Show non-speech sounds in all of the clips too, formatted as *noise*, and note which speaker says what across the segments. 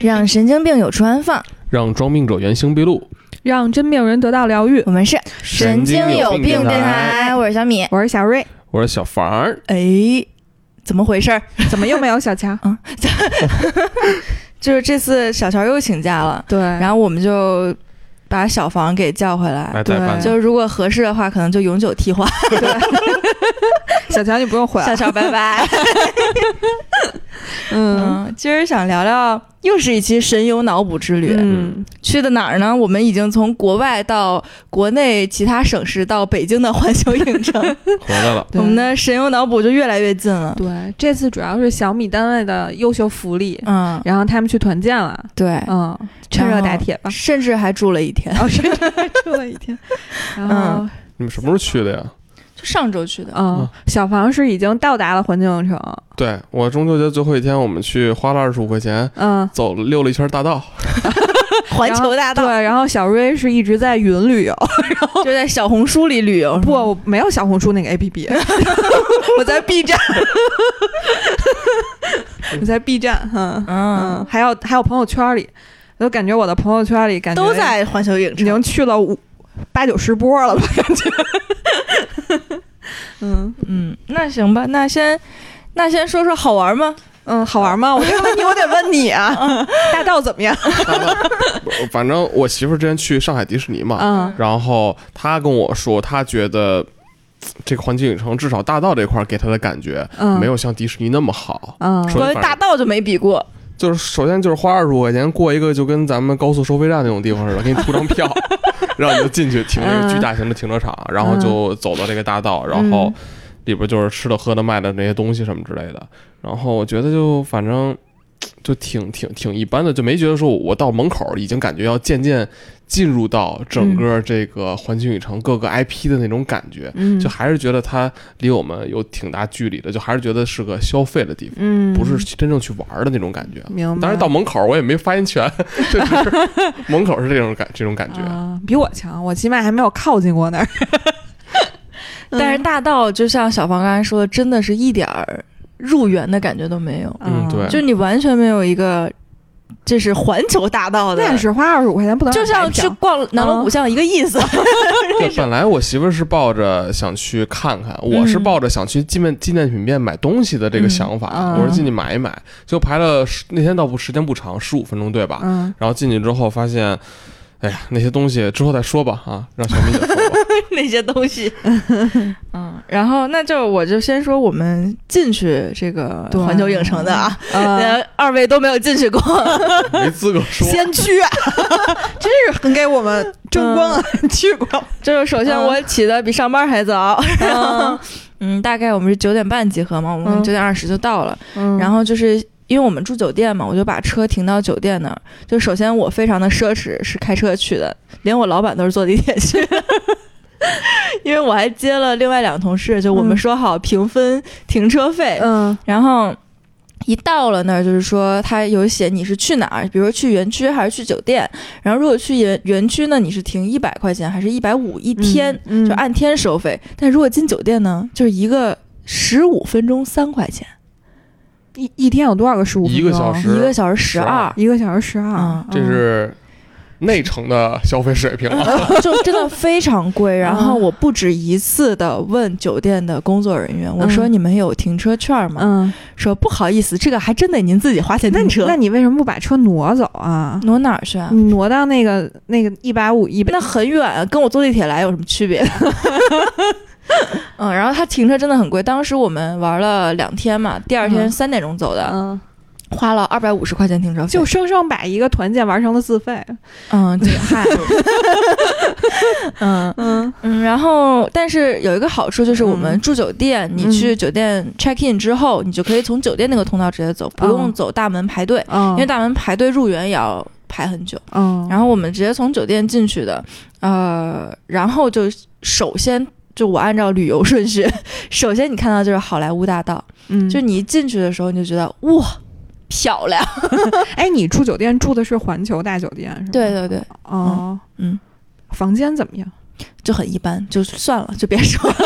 Speaker 1: 让神经病有处安放。
Speaker 2: 让装病者原形毕露。
Speaker 3: 让真病人得到疗愈。
Speaker 1: 我们是
Speaker 2: 神经有病
Speaker 1: 电
Speaker 2: 电台
Speaker 1: 台，我是小米。
Speaker 3: 我是小 *laughs* 瑞，
Speaker 2: 我是小凡儿，
Speaker 1: 哎，怎么回事儿？？
Speaker 3: 怎么又没有小强
Speaker 1: 就是这次小乔又请假了，
Speaker 3: 对，
Speaker 1: 然后我们就把小房给叫回来。
Speaker 2: 哎，再办
Speaker 3: 对
Speaker 1: 就如果合适的话，可能就永久替换。
Speaker 3: 小强你不用
Speaker 1: *laughs*
Speaker 3: 回
Speaker 1: 小
Speaker 3: 了。
Speaker 1: 乔，拜拜。
Speaker 3: 嗯
Speaker 1: *laughs* 嗯，今儿想聊聊，又是一期神游脑补之旅。
Speaker 3: 嗯，
Speaker 1: 去的哪儿呢？我们已经从国外到国内其他省市，到北京的环球影 *laughs* 城，
Speaker 2: 回来了。
Speaker 3: 对
Speaker 1: 我们的神游脑补就越来越近了。
Speaker 3: 对这次主要是小米单位的优秀福利，
Speaker 1: 嗯，啊
Speaker 3: 然后他们去团建了，
Speaker 1: 对，
Speaker 3: 嗯，趁热打铁吧。
Speaker 1: 甚至还住了一天，
Speaker 3: 然后哦 *laughs* 住了一天，然后
Speaker 2: 你们什么时候去的呀？
Speaker 1: 就上周去的。
Speaker 3: 嗯，小房是已经到达了环球影城，
Speaker 2: 对我中秋节最后一天，我们去花了二十五块钱，
Speaker 3: 嗯，
Speaker 2: 走了溜了一圈大 *laughs* 道。
Speaker 1: *laughs* 环球大道
Speaker 3: 对，然后小瑞是一直在云旅游，
Speaker 1: 就在小红书里旅游，
Speaker 3: 不，我没有小红书那个 APP，我在 B 站， *laughs* 我在 B 站，嗯
Speaker 1: 嗯
Speaker 3: 嗯，，还有还有朋友圈里，我都感觉我的朋友圈里感觉
Speaker 1: 都在环球影
Speaker 3: 已经
Speaker 1: 城。
Speaker 3: 去了五八九十波了吧，感觉。嗯
Speaker 1: 嗯，那行吧，那先那先说说好玩吗？
Speaker 3: *laughs* 嗯，好玩吗？我这个问题我得问你
Speaker 1: *laughs* 嗯
Speaker 3: 啊，大道怎么样？
Speaker 2: 大道反正我媳妇儿之前去上海迪士尼嘛，
Speaker 3: 嗯
Speaker 2: 然后她跟我说，她觉得嘖这个环球影城至少大道这块儿给她的感觉、
Speaker 3: 嗯，
Speaker 2: 没有像迪士尼那么好。
Speaker 3: 嗯
Speaker 2: 说
Speaker 1: 关于大道就没比过，
Speaker 2: 就是首先就是花二十五块钱过一个就跟咱们高速收费站那种地方似的，给你出张票，让你就进去停那个巨大型的停车场，然后就走到这个大道，然后里边就是吃的喝的卖的那些东西什么之类的。然后我觉得就反正就挺挺挺一般的，就没觉得说我到门口已经感觉要渐渐进入到整个这个环球影城各个 IP 的那种感觉，
Speaker 3: 嗯
Speaker 2: 就还是觉得它离我们有挺大距离的，就还是觉得是个消费的地方，
Speaker 3: 嗯
Speaker 2: 不是去真正去玩的那种感觉。啊
Speaker 3: 明白，
Speaker 2: 当然到门口我也没发言权， *laughs* 就只是门口是这种感这种感觉。
Speaker 3: 啊比我强，我起码还没有靠近过那儿。
Speaker 1: 但是大道就像小芳刚才说的，真的是一点儿入园的感觉都没有，
Speaker 3: 啊
Speaker 2: 嗯对
Speaker 1: 就你完全没有一个这是环球大道的
Speaker 3: 那也是花二十五块钱不能
Speaker 1: 就像去
Speaker 3: 去
Speaker 1: 逛南锣鼓巷一个意思。
Speaker 2: 对，本来我媳妇儿是抱着想去看看，我是抱着想去纪念纪念品店买东西的这个想法，
Speaker 3: 嗯嗯啊
Speaker 2: 我说进去买一买，就排了十那天倒不时间不长，十五分钟对吧？
Speaker 3: 嗯，
Speaker 2: 然后进去之后发现，哎呀，那些东西之后再说吧啊，让小米姐说吧。
Speaker 1: *laughs*
Speaker 2: *laughs*
Speaker 1: 那些东西。嗯，然后那就我就先说我们进去这个
Speaker 3: 对
Speaker 1: 环球影城的啊，
Speaker 3: 呃
Speaker 1: *laughs* 呃，二位都没有进去过， *laughs*
Speaker 2: 没资格说。
Speaker 3: 先驱啊，真是很给我们争光啊！
Speaker 1: 嗯
Speaker 3: *laughs* 去过，
Speaker 1: 就是首先我起的比上班还早， *laughs* 嗯，大概我们是九点半集合嘛，我们
Speaker 3: 嗯
Speaker 1: 九点二十就到了，
Speaker 3: 嗯
Speaker 1: 然后就是。因为我们住酒店嘛，我就把车停到酒店那儿。就首先我非常的奢侈，是开车去的，连我老板都是坐地铁去的。 *laughs* 因为我还接了另外两个同事，就我们
Speaker 3: 嗯
Speaker 1: 说好平分停车费，
Speaker 3: 嗯
Speaker 1: 然后一到了那儿，就是说他有写你是去哪儿，比如说去园区还是去酒店。然后如果去园园区呢，你是停一百块钱还是一百五一天，
Speaker 3: 嗯
Speaker 1: 就按天收费。但如果进酒店呢，就是一个十五分钟三块钱，
Speaker 3: 一一天有多少个十五？
Speaker 2: 一个小时
Speaker 1: 一个小时十
Speaker 2: 12
Speaker 1: 二。
Speaker 3: 一个小时十二
Speaker 1: 嗯， *laughs*
Speaker 2: 这是内城的消费水
Speaker 3: *laughs*
Speaker 2: 平啊，
Speaker 1: 哦就真的非常
Speaker 3: 嗯
Speaker 1: 贵。然后我不止一次的问酒店的工作人员，我说
Speaker 3: 嗯
Speaker 1: 你们有停车券吗？
Speaker 3: 嗯，
Speaker 1: 说不好意思，这个还真得您自己花钱
Speaker 3: 那
Speaker 1: 停
Speaker 3: 你
Speaker 1: 车
Speaker 3: 那。你为什么不把车挪走啊？
Speaker 1: 挪哪儿去啊？
Speaker 3: 你挪到那个那个一百五一百
Speaker 1: 那很远啊，跟我坐地铁来有什么区别？ *laughs* 嗯，然后它停车真的很贵，当时我们玩了两天嘛，第二天
Speaker 3: 嗯
Speaker 1: 三点钟走的，
Speaker 3: 嗯，
Speaker 1: *laughs* 花了二百五十块钱停车费。
Speaker 3: 就生生把一个团建玩成了自费。
Speaker 1: 嗯，对，
Speaker 3: *laughs*
Speaker 1: 嗨， *laughs* 嗯
Speaker 3: 嗯
Speaker 1: 嗯，然后但是有一个好处就是我们
Speaker 3: 嗯
Speaker 1: 住酒店，你
Speaker 3: 嗯
Speaker 1: 去酒店 check in 之后，你就可以从酒店那个通道直接走，不用
Speaker 3: 嗯
Speaker 1: 走大门排队，
Speaker 3: 嗯，
Speaker 1: 因为大门排队入园也要排很久。
Speaker 3: 嗯，
Speaker 1: 然后我们直接从酒店进去的，呃，然后就首先就我按照旅游顺序， *laughs* 首先你看到就是好莱坞大道，
Speaker 3: 嗯
Speaker 1: 就你一进去的时候你就觉得哇。漂
Speaker 3: *laughs*
Speaker 1: 亮，
Speaker 3: 哎，你住酒店住的是环球大酒店是吧？
Speaker 1: 对对对，
Speaker 3: 哦，
Speaker 1: 嗯，
Speaker 3: 房间怎么样？
Speaker 1: 就很一般，就算了，就别说了。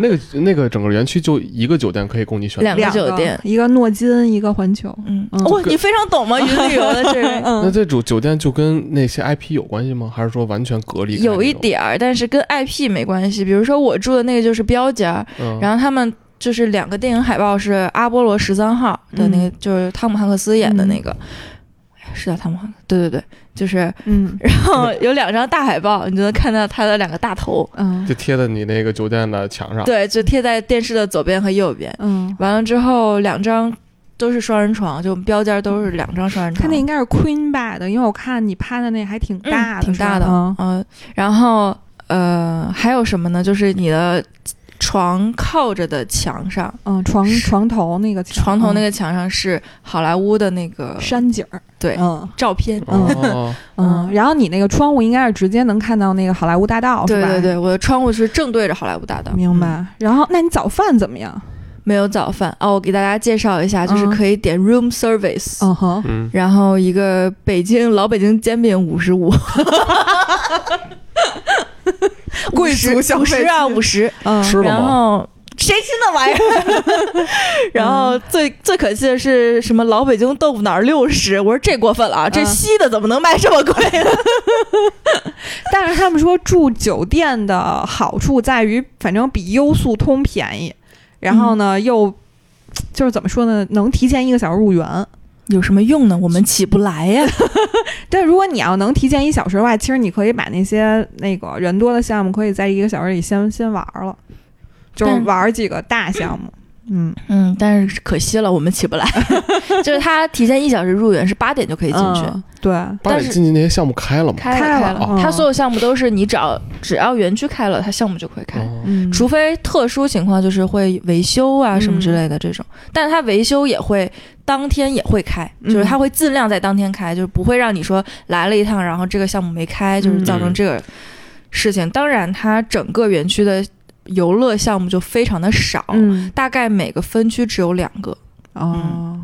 Speaker 2: 那个那个整个园区就一个酒店可以供你选
Speaker 1: 两
Speaker 2: 择。
Speaker 1: 个
Speaker 3: 两
Speaker 1: 酒店
Speaker 3: 一个诺金，一个环球。
Speaker 1: 嗯，
Speaker 3: *laughs* 嗯
Speaker 1: 哇、
Speaker 2: 就跟
Speaker 1: 你非常懂吗？云旅游的这位。
Speaker 2: 那
Speaker 3: 嗯，
Speaker 2: 这种酒店就跟那些 IP 有关系吗？还是说完全隔离开那种？
Speaker 1: 有一点儿，但是跟 IP 没关系。比如说我住的那个就是标间儿，
Speaker 2: 嗯，
Speaker 1: 然后他们就是两个电影海报是阿波罗十三号的那个，
Speaker 3: 嗯
Speaker 1: 就是汤姆汉克斯演的那个，哎是叫汤姆汉克？对对对，就是，
Speaker 3: 嗯
Speaker 1: 然后有两张大海报，你就能看到他的两个大头，
Speaker 3: 嗯
Speaker 2: 就贴在你那个酒店的墙上。
Speaker 1: 对，就贴在电视的左边和右边。
Speaker 3: 嗯，
Speaker 1: 完了之后，两张都是双人床，就标间都是两张双人
Speaker 3: 它
Speaker 1: 床
Speaker 3: 那，应该是 Queen 吧的，因为我看你拍的那还挺大
Speaker 1: 嗯
Speaker 3: 的，
Speaker 1: 挺大的，
Speaker 3: 是吧
Speaker 1: 嗯、然后呃，还有什么呢？就是你的床靠着的墙上，
Speaker 3: 嗯嗯，床床头那个嗯
Speaker 1: 床头那
Speaker 3: 个
Speaker 1: 个墙上是好莱坞的那个
Speaker 3: 山景儿，
Speaker 1: 嗯对
Speaker 3: 嗯
Speaker 1: 照片，
Speaker 2: 哦，
Speaker 3: 嗯，然后你那个窗户应该是直接能看到那个好莱坞大道，
Speaker 1: 对
Speaker 3: 是吧
Speaker 1: 对，对，我的窗户是正对着好莱坞大道。
Speaker 3: 明
Speaker 1: 嗯
Speaker 3: 白。然后，那你早饭怎么样？
Speaker 1: 没有早饭哦，我给大家介绍一下，就是
Speaker 3: 嗯
Speaker 1: 可以点 room service，、
Speaker 3: 嗯哼，
Speaker 2: 嗯，
Speaker 1: 然后一个北京老北京煎饼五十 *laughs* 五，
Speaker 3: 贵族消费
Speaker 1: 五十啊五十，
Speaker 3: 嗯，
Speaker 2: 吃了
Speaker 1: 然
Speaker 2: 吗？
Speaker 1: 后谁吃那 *laughs* 玩意儿？然后最最可气的是什么老北京豆腐脑六十，我说这过分了啊，这
Speaker 3: 嗯
Speaker 1: 西的怎么能卖这么贵呢？
Speaker 3: 但是他们说住酒店的好处在于，反正比优速通便宜，然
Speaker 1: 嗯
Speaker 3: 后呢、又就是怎么说呢，能提前一个小时入园。
Speaker 1: *laughs* 有什么用呢？我们起不来呀。
Speaker 3: 但如果你要能提前一小时的话，其实你可以把那些那个人多的项目，可以在一个小时里先先玩了，就是
Speaker 1: 但
Speaker 3: 玩几个大项目。嗯，
Speaker 1: *laughs* 嗯，但是可惜了，我们起不来。 *laughs* 就是他提前一小时入园，是八点就可以进去。
Speaker 3: 嗯对，
Speaker 2: 八
Speaker 1: 但
Speaker 2: 点
Speaker 1: 是
Speaker 2: 进去那些项目开了吗？
Speaker 1: 开
Speaker 3: 开
Speaker 1: 了
Speaker 3: 了嗯
Speaker 1: 它所有项目都是你只要只要园区开了，它项目就会开，
Speaker 2: 哦
Speaker 3: 嗯，
Speaker 1: 除非特殊情况就是会维修啊什么之类的这种，但是它维修也会当天也会开，
Speaker 3: 嗯
Speaker 1: 就是它会尽量在当天开，就是不会让你说来了一趟，然后这个项目没开，就是造成这个事情。当然，它整个园区的游乐项目就非常的少，
Speaker 3: 嗯
Speaker 1: 大概每个分区只有两个。
Speaker 3: 哦，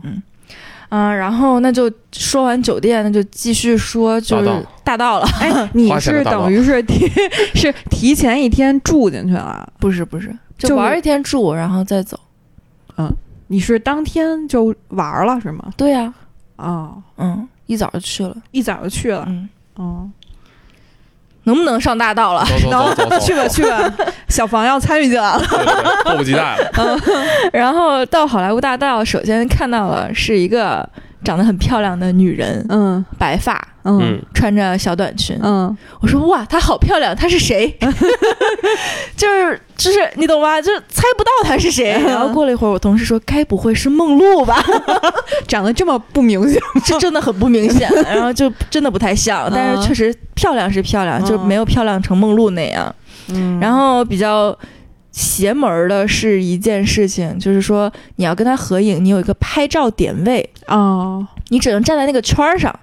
Speaker 1: 嗯，然后那就说完酒店，那就继续说就
Speaker 2: 大
Speaker 1: 是
Speaker 2: 道
Speaker 1: 大道了， *laughs*
Speaker 3: 哎，你
Speaker 2: 花钱的
Speaker 3: 是
Speaker 2: 大佬
Speaker 3: 等于是提是提前一天住进去了，
Speaker 1: 不是不是，
Speaker 3: 就
Speaker 1: 就是玩一天住，然后再走。
Speaker 3: 你是当天就玩了是吗？
Speaker 1: 对呀、
Speaker 3: 哦，
Speaker 1: 嗯，一早就去了，
Speaker 3: 一早就去了，
Speaker 1: 嗯，
Speaker 3: 哦，
Speaker 1: 能不能上大道了？
Speaker 2: 走走走走走，
Speaker 3: 去吧去吧，小房要参与进来了，
Speaker 2: 对对对迫不及待了。
Speaker 1: *laughs* 然后到好莱坞大道，首先看到了是一个长得很漂亮的女人，
Speaker 3: 嗯
Speaker 1: 白发，
Speaker 3: 嗯
Speaker 2: 嗯，
Speaker 1: 穿着小短裙。
Speaker 3: 嗯
Speaker 1: 我说哇，她好漂亮，她是 *laughs* 谁？就是就是你懂吧？就是猜不到她是谁。然后过了一会儿，我同事说，该不会是梦露 *laughs* 吧？
Speaker 3: 长得这么不明显，
Speaker 1: 这真的很不明显，然后就真的不太像，但是确实漂亮是漂亮，
Speaker 3: 嗯
Speaker 1: 就没有漂亮成梦露那样。
Speaker 3: 嗯
Speaker 1: 然后比较邪门儿的是一件事情，就是说你要跟他合影，你有一个拍照点位，
Speaker 3: 哦，
Speaker 1: 你只能站在那个圈儿上。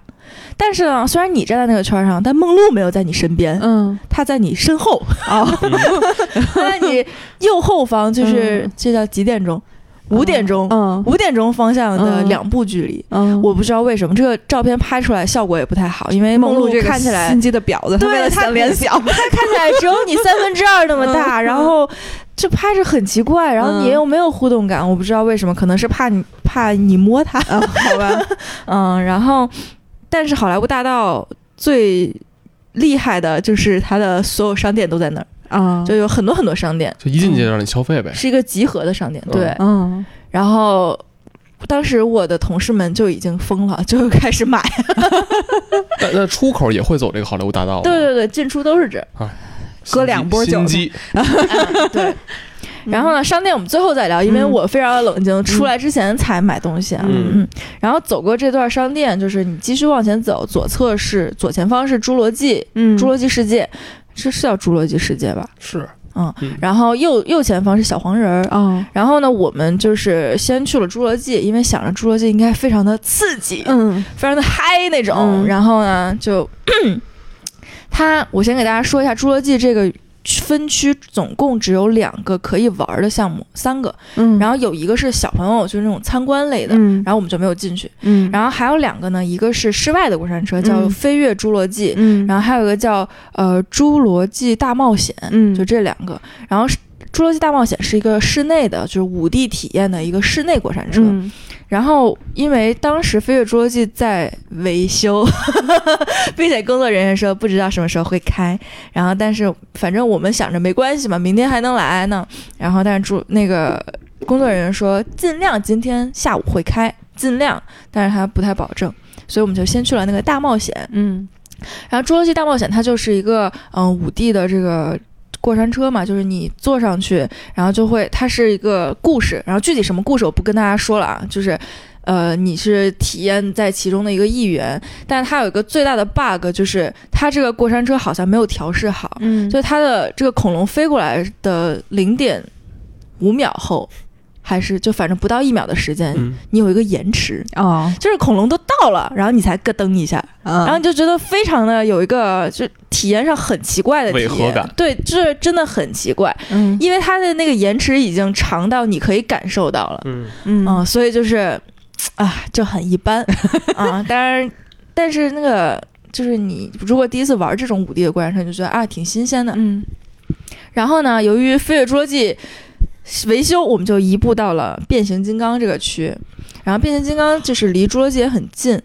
Speaker 1: 但是呢，虽然你站在那个圈儿上，但梦露没有在你身边，
Speaker 3: 嗯
Speaker 1: 她在你身
Speaker 3: *laughs*
Speaker 1: 后，
Speaker 3: 哦，
Speaker 1: 她在你右后方，就是
Speaker 3: 嗯
Speaker 1: 这叫几点钟？五点钟，
Speaker 3: 嗯
Speaker 1: 五点钟方向的
Speaker 3: 嗯
Speaker 1: 两步距离。
Speaker 3: 嗯，
Speaker 1: 我不知道为什么这个照片拍出来效果也不太好，因为梦露
Speaker 3: 这个
Speaker 1: 看起来
Speaker 3: 心机的婊子，
Speaker 1: 对
Speaker 3: 为了
Speaker 1: 他
Speaker 3: 想
Speaker 1: *laughs*
Speaker 3: 联想，
Speaker 1: 它看起来只有你三分之二那么大，然后就拍着很奇怪，然后你
Speaker 3: 嗯
Speaker 1: 又没有互动感，我不知道为什么，可能是怕你怕你摸它，
Speaker 3: 啊好吧，
Speaker 1: *laughs* 嗯，然后但是好莱坞大道最厉害的就是它的所有商店都在那儿，
Speaker 3: 啊，
Speaker 1: 就有很多很多商店，
Speaker 2: 就一进去就让你消费呗。
Speaker 1: 是一个集合的商店，
Speaker 2: 嗯
Speaker 1: 对，
Speaker 3: 嗯，
Speaker 1: 然后。当时我的同事们就已经疯了， *laughs* 就开始买。
Speaker 2: 但那出口也会走这个好莱坞大道吗？
Speaker 1: 对对对，进出都是这。
Speaker 2: 心机，
Speaker 3: 隔两波酒
Speaker 2: 心机
Speaker 1: 嗯对，然后呢，商店我们最后再聊，因为
Speaker 3: 嗯
Speaker 1: 我非常的冷静，出来之前才买东西啊。
Speaker 2: 嗯
Speaker 1: 嗯，然后走过这段商店，就是你继续往前走，左侧是左前方是侏罗纪，
Speaker 3: 嗯，
Speaker 1: 侏罗纪世界，这是叫侏罗纪世界吧？
Speaker 2: 是
Speaker 1: 嗯
Speaker 2: 嗯，
Speaker 1: 然后右右前方是小黄人儿。
Speaker 3: 啊，
Speaker 1: 然后呢，我们就是先去了侏罗纪，因为想着侏罗纪应该非常的刺激，
Speaker 3: 嗯
Speaker 1: 非常的嗨那种。*clears throat*
Speaker 3: 嗯
Speaker 1: 然后呢，就它，我先给大家说一下《侏罗纪》这个分区总共只有两个可以玩儿的项目，三个，
Speaker 3: 嗯
Speaker 1: 然后有一个是小朋友，就是那种参观类的，
Speaker 3: 嗯
Speaker 1: 然后我们就没有进去。
Speaker 3: 嗯
Speaker 1: 然后还有两个呢，一个是室外的过山车，叫《
Speaker 3: 嗯
Speaker 1: 飞跃侏罗纪》，
Speaker 3: 嗯
Speaker 1: 然后还有一个叫呃《侏罗纪大冒险》，
Speaker 3: 嗯
Speaker 1: 就这两个。然后是《侏罗纪大冒险》是一个室内的，就是五 D 体验的一个室内过山车。
Speaker 3: 嗯
Speaker 1: 然后因为当时《飞跃侏罗纪》在维修， *laughs* 并且工作人员说不知道什么时候会开，然后但是反正我们想着没关系嘛，明天还能来呢。然后但是住那个工作人员说尽量今天下午会开，尽量，但是他不太保证。所以我们就先去了那个大冒险，
Speaker 3: 嗯
Speaker 1: 然后《侏罗纪大冒险》它就是一个嗯五 D 的这个过山车嘛，就是你坐上去，然后就会它是一个故事，然后具体什么故事我不跟大家说了啊，就是。呃，你是体验在其中的一个一员，但是它有一个最大的 bug，就是它这个过山车好像没有调试好，
Speaker 3: 嗯
Speaker 1: 就它的这个恐龙飞过来的零点五秒后，还是就反正不到一秒的时间，
Speaker 2: 嗯，
Speaker 1: 你有一个延迟，
Speaker 3: 哦，呃
Speaker 1: 就是恐龙都到了，然后你才咯噔一下，
Speaker 3: 然
Speaker 1: 然后你就觉得非常的有一个就体验上很奇怪的体验
Speaker 2: 违和感，
Speaker 1: 对，这真的很奇怪，
Speaker 3: 嗯
Speaker 1: 因为它的那个延迟已经长到你可以感受到了，
Speaker 2: 嗯，
Speaker 3: 嗯
Speaker 1: 嗯，所以就是啊，就很一般啊。当然，但是那个就是你如果第一次玩这种五 D 的过山车，你就觉得啊挺新鲜的。
Speaker 3: 嗯
Speaker 1: 然后呢，由于《飞跃侏罗纪》维修，我们就移步到了变形金刚这个区。然后变形金刚就是离侏罗纪也很近，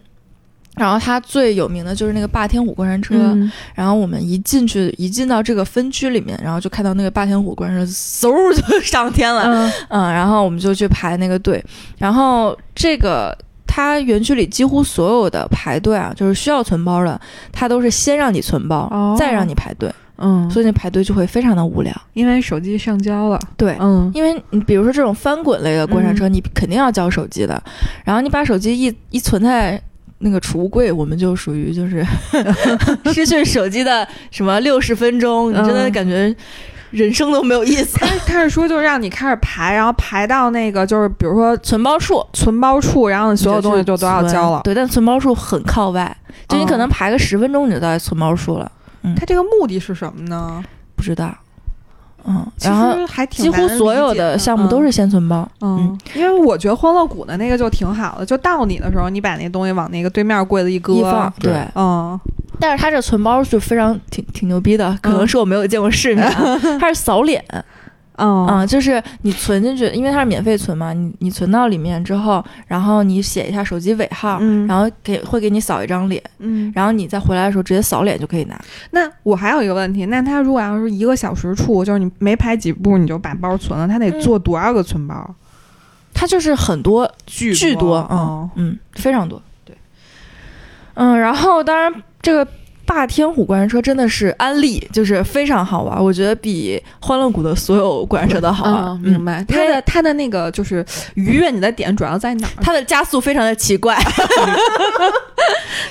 Speaker 1: 然后它最有名的就是那个霸天虎过山车。
Speaker 3: 嗯
Speaker 1: 然后我们一进去，一进到这个分区里面，然后就看到那个霸天虎过山车嗖就上天了，
Speaker 3: 嗯
Speaker 1: 嗯，然后我们就去排那个队，然后这个。它园区里几乎所有的排队啊，就是需要存包的，它都是先让你存包，
Speaker 3: 哦
Speaker 1: 再让你排队，
Speaker 3: 嗯，
Speaker 1: 所以你排队就会非常的无聊。
Speaker 3: 因为手机上交了，
Speaker 1: 对，
Speaker 3: 嗯
Speaker 1: 因为你比如说这种翻滚类的过山车，你肯定要交手机的，然后你把手机一一存在。那个储物柜，我们就属于就是 *laughs* 失去手机的什么六十分钟，你真的
Speaker 3: 嗯
Speaker 1: 感觉人生都没有意思。
Speaker 3: 但是他是说就是让你开始排，然后排到那个就是比如说
Speaker 1: 存包处
Speaker 3: *laughs* 存包处，然后你所有东西
Speaker 1: 就
Speaker 3: 就都要交了。嗯
Speaker 1: 对，但存包处很靠外，就你可能排个十分钟你就到存包处了，
Speaker 3: 他这个目的是什么呢？
Speaker 1: 不知道。嗯，
Speaker 3: 其
Speaker 1: 然后
Speaker 3: 实还挺
Speaker 1: 几乎所有
Speaker 3: 的
Speaker 1: 的项目都是先存包，
Speaker 3: 嗯，因为我觉得欢乐谷的那个就挺好的，就到你的时候，你把那东西往那个对面柜子一搁，
Speaker 1: 一放
Speaker 2: 对
Speaker 1: 对。
Speaker 3: 嗯，
Speaker 1: 但是它这存包就非常挺挺牛逼的，
Speaker 3: 嗯
Speaker 1: 可能是我没有见过世面
Speaker 3: *laughs*
Speaker 1: 啊，它是扫脸啊、
Speaker 3: 嗯
Speaker 1: 就是你存进去，因为它是免费存嘛，你你存到里面之后，然后你写一下手机尾号，
Speaker 3: 嗯
Speaker 1: 然后给会给你扫一张脸，
Speaker 3: 嗯，
Speaker 1: 然后你再回来的时候直接扫脸就可以拿。
Speaker 3: 那我还有一个问题，那他如果要是一个小时处，就是你没排几步你就把包存了，他得
Speaker 1: 嗯
Speaker 3: 做多少个存包？
Speaker 1: 它就是很多
Speaker 3: 巨
Speaker 1: 巨
Speaker 3: 多
Speaker 1: 多，嗯
Speaker 3: 哦
Speaker 1: 嗯，非常多。
Speaker 3: 对，
Speaker 1: 嗯，然后当然这个霸天虎过山车真的是安利，就是非常好玩，我觉得比欢乐谷的所有过山车都好玩。
Speaker 3: 嗯，明白。他的他的那个就是愉悦你的点主要在哪 *laughs* 儿？
Speaker 1: 它的加速非常的奇怪，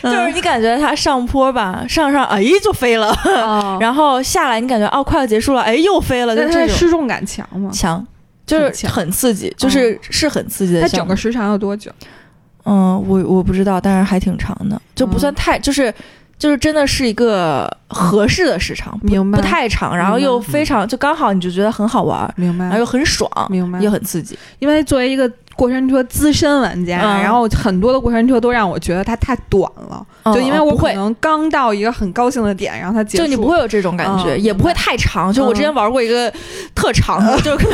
Speaker 1: 就是你感觉它上坡吧，上上哎就飞了，
Speaker 3: 嗯然
Speaker 1: 然后下来你感觉哦快要结束了，哎又飞了，就
Speaker 3: 哦那它
Speaker 1: 这
Speaker 3: 的
Speaker 1: 种
Speaker 3: 失重感强吗？
Speaker 1: 强，嗯就是
Speaker 3: 强
Speaker 1: 很刺激，就是是很刺激的
Speaker 3: 它
Speaker 1: 项
Speaker 3: 整个
Speaker 1: 目。
Speaker 3: 时长要多久？
Speaker 1: 嗯，我我不知道，但是还挺长的，就不算
Speaker 3: 嗯
Speaker 1: 太就是。就是真的是一个合适的时长，不
Speaker 3: 明白
Speaker 1: 不太长，然后又非常就刚好，你就觉得很好玩，
Speaker 3: 明白
Speaker 1: 然后又很爽，
Speaker 3: 明白
Speaker 1: 又。很刺激。
Speaker 3: 哎因为作为一个过山车资深玩家，
Speaker 1: 嗯
Speaker 3: 然后很多的过山车都让我觉得它太短了，就
Speaker 1: 嗯
Speaker 3: 因为
Speaker 1: 嗯
Speaker 3: 我
Speaker 1: 不
Speaker 3: 可
Speaker 1: 会
Speaker 3: 能刚到一个很高兴的点，然后它结束。
Speaker 1: 就你不会有这种感觉，
Speaker 3: 嗯
Speaker 1: 也不会太长。就我之前玩过一个特 *laughs* 长的，就是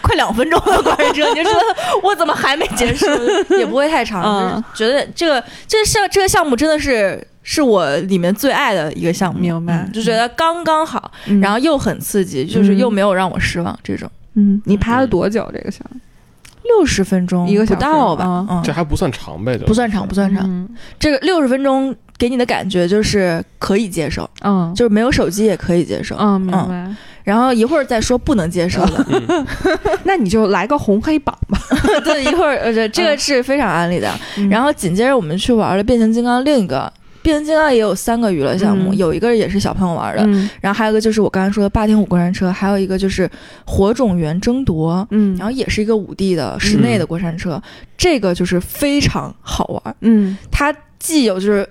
Speaker 1: 快两分钟的过山车，你就觉得我怎么还没结束？嗯 *laughs* 也不会太长，
Speaker 3: 嗯
Speaker 1: 就是觉得这个这个项这个项目真的是是我里面最爱的一个项目，
Speaker 3: 明白
Speaker 1: 嗯就觉得刚刚好，
Speaker 3: 嗯，
Speaker 1: 然后又很刺激，就是
Speaker 3: 嗯
Speaker 1: 又没有让我失望。这种
Speaker 3: 嗯，你排了多久这个项目？
Speaker 1: 六十分钟
Speaker 3: 一个小
Speaker 1: 不
Speaker 3: 时
Speaker 1: 到吧
Speaker 3: 嗯，
Speaker 1: 嗯
Speaker 2: 这，还不算长呗，就
Speaker 1: 不算长，不算长。
Speaker 3: 嗯
Speaker 1: 这个六十分钟给你的感觉就是可以接受，
Speaker 3: 嗯
Speaker 1: 就是没有手机也可以接受。
Speaker 3: 嗯，明白。
Speaker 1: 然后一会儿再说不能接受的。
Speaker 3: *laughs* 嗯那你就来个红黑榜吧。
Speaker 1: *laughs* 对，一会儿呃，这这个是非常安利的。然
Speaker 3: 后
Speaker 1: 后紧接着我们去玩了变形金刚另一个。变形金刚也有三个娱乐项目，
Speaker 3: 嗯
Speaker 1: 有一个也是小朋友玩的，
Speaker 3: 嗯
Speaker 1: 然后还有一个就是我刚才说的霸天虎过山车，还有一个就是火种源争夺，
Speaker 3: 嗯，
Speaker 1: 然后也是一个五 D 的室内的过山车，这个就是非常好玩。 *coughs*
Speaker 3: 嗯
Speaker 1: 它既有就是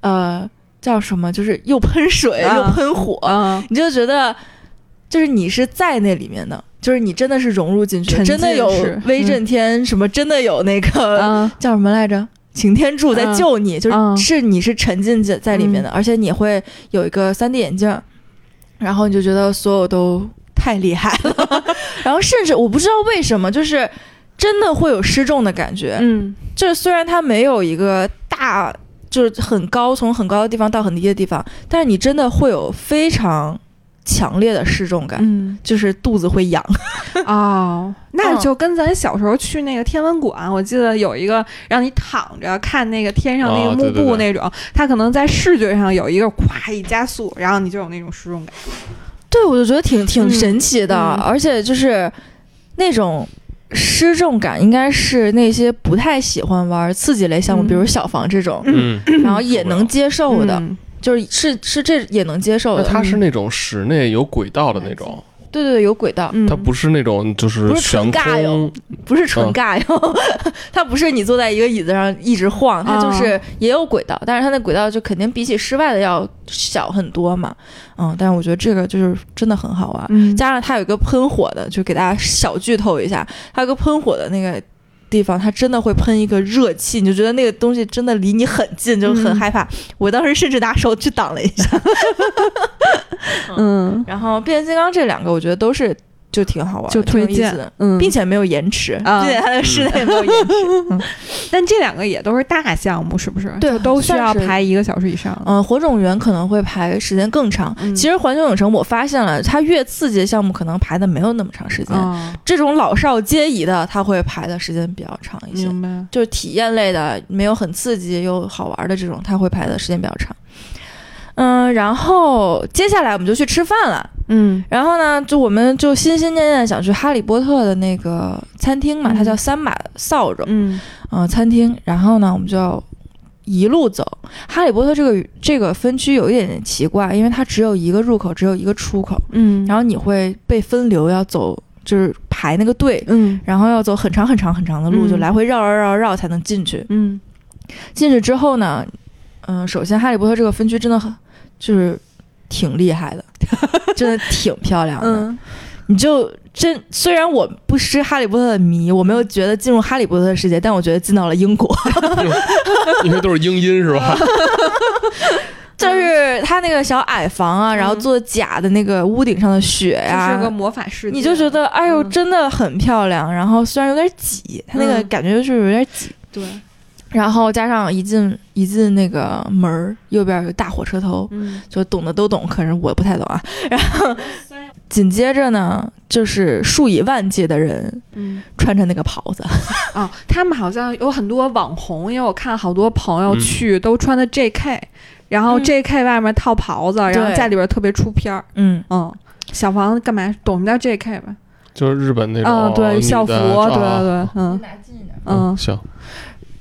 Speaker 1: 呃叫什么，就是又喷水、
Speaker 3: 啊
Speaker 1: 又喷火，
Speaker 3: 啊，
Speaker 1: 你就觉得就是你是在那里面的，就是你真的是融入进去，
Speaker 3: 沉浸
Speaker 1: 真的有
Speaker 3: 式
Speaker 1: 威震天、什么，真的有那个、
Speaker 3: 嗯
Speaker 1: *laughs* 叫什么来着？擎天柱在
Speaker 3: 嗯
Speaker 1: 救你，就是、
Speaker 3: 嗯
Speaker 1: 是你是沉浸在在里面的，而且你会有一个3 D 眼镜儿，然后你就觉得所有都太厉害了， *laughs* 然后甚至我不知道为什么，就是真的会有失重的感觉，
Speaker 3: 嗯
Speaker 1: 就是虽然它没有一个大，就是很高，从很高的地方到很低的地方，但是你真的会有非常强烈的失重感，
Speaker 3: 嗯 *laughs*
Speaker 1: 就是肚子会痒。
Speaker 2: 啊
Speaker 3: 哦，那
Speaker 1: 嗯
Speaker 3: 就跟咱小时候去那个天文馆，我记得有一个让你躺着看那个天上那
Speaker 2: 哦
Speaker 3: 个幕
Speaker 2: 对对
Speaker 3: 布
Speaker 2: 对
Speaker 3: 那种，它可能在视觉上有一个咵一加速，然后你就有那种失重感。
Speaker 1: *laughs* 对，我就觉得挺挺
Speaker 3: 嗯
Speaker 1: 神奇的，
Speaker 3: 嗯
Speaker 1: 而且就是那种。失重感应该是那些不太喜欢玩刺激类项目，
Speaker 3: 嗯
Speaker 1: 比如小房这种，
Speaker 2: 嗯，
Speaker 1: 然后也能接受的，
Speaker 3: 嗯
Speaker 1: 就是是是这也能接受
Speaker 2: 那
Speaker 1: 的。
Speaker 2: 它是那种室内有轨道的那种，
Speaker 1: 对对对，有轨道，
Speaker 3: 嗯，
Speaker 2: 它不是那种就是
Speaker 1: 不是纯
Speaker 2: 悬
Speaker 1: 尬哟
Speaker 2: 空，
Speaker 1: 不是纯
Speaker 2: 嗯
Speaker 1: 尬哟， *laughs* 它不是你坐在一个椅子上一直晃，它
Speaker 3: 嗯
Speaker 1: 就是也有轨道，但是它那轨道就肯定比起室外的要小很多嘛。嗯，但是我觉得这个就是真的很好玩，啊
Speaker 3: 嗯
Speaker 1: 加上它有一个喷火的，就给大家小剧透一下，它有个喷火的那个。地方它真的会喷一个热气，你就觉得那个东西真的离你很近，就很
Speaker 3: 嗯
Speaker 1: 害怕。我当时甚至拿手去挡了一下。
Speaker 3: 嗯
Speaker 1: 然后变形金刚这两个，我觉得都是就挺好玩的，
Speaker 3: 就
Speaker 1: 挺
Speaker 3: 推
Speaker 1: 有意思
Speaker 3: 荐
Speaker 1: 的，，
Speaker 3: 嗯，
Speaker 1: 并且没有延迟，
Speaker 3: 啊
Speaker 1: 并且它的室内没有延迟。
Speaker 3: 嗯 *laughs* 但这两个也都是大项目，是不是？哦
Speaker 1: 对
Speaker 3: *laughs* 就都需
Speaker 1: 算
Speaker 3: 要
Speaker 1: 是
Speaker 3: 排一个小时以上。
Speaker 1: 嗯，火种园可能会排时间更长。
Speaker 3: 嗯
Speaker 1: 其实环球影城我发现了，它越刺激的项目可能排的没有那么长时间。
Speaker 3: 啊，
Speaker 1: 这种老少皆宜的，它会排的时间比较长一些。
Speaker 3: 明白。
Speaker 1: 就是体验类的，没有很刺激又好玩的这种，它会排的时间比较长。嗯，然后接下来我们就去吃饭了。
Speaker 3: 嗯
Speaker 1: 然后呢，就我们就心心念念想去哈利波特的那个餐厅嘛，它
Speaker 3: 嗯
Speaker 1: 叫三马扫帚。
Speaker 3: 嗯
Speaker 1: 呃餐厅，然后呢，我们就要一路走。哈利波特这个这个分区有一点点奇怪，因为它只有一个入口，只有一个出口，
Speaker 3: 嗯，
Speaker 1: 然
Speaker 3: 后
Speaker 1: 后你会被分流，要走就是排那个队。
Speaker 3: 嗯
Speaker 1: 然后要走很长很长很长的路，
Speaker 3: 嗯
Speaker 1: 就来回绕绕绕绕才能进去。
Speaker 3: 嗯
Speaker 1: 进去之后呢，嗯、首先哈利波特这个分区真的很就是挺厉害的，真的挺漂亮的。
Speaker 3: *laughs* 嗯
Speaker 1: 你就真虽然我不是哈利波特的迷，我没有觉得进入哈利波特的世界，但我觉得进到了英国。
Speaker 2: 因为都是英音是吧？
Speaker 1: 就是他那个小矮房啊，
Speaker 3: 嗯
Speaker 1: 然后做假的那个屋顶上的雪
Speaker 3: 这
Speaker 1: 呀、
Speaker 3: 是个魔法世界，
Speaker 1: 你就觉得哎呦
Speaker 3: 嗯
Speaker 1: 真的很漂亮。然后虽然有点挤，它那个
Speaker 3: 嗯
Speaker 1: 感觉就是有点挤，
Speaker 3: 对，
Speaker 1: 然后加上一进一进那个门儿，右边有大火车头，
Speaker 3: 嗯
Speaker 1: 就懂的都懂，可是我不太懂啊。 *laughs* 然后紧接着呢，就是数以万计的人
Speaker 3: 嗯
Speaker 1: 穿着那个袍子，
Speaker 3: 啊，他们好像有很多网红，因为我看好多朋友
Speaker 2: 嗯
Speaker 3: 去都穿的 JK，然后
Speaker 1: 嗯
Speaker 3: JK 外面套袍子，然后
Speaker 1: 对
Speaker 3: 在里边特别出片儿。
Speaker 1: 嗯，
Speaker 3: 嗯，小房子干嘛？懂什么叫 JK 吧？
Speaker 2: 就是日本那种
Speaker 3: 嗯，对，
Speaker 2: 女的
Speaker 3: 校服，
Speaker 2: 啊
Speaker 3: 对对对，嗯嗯
Speaker 2: 行，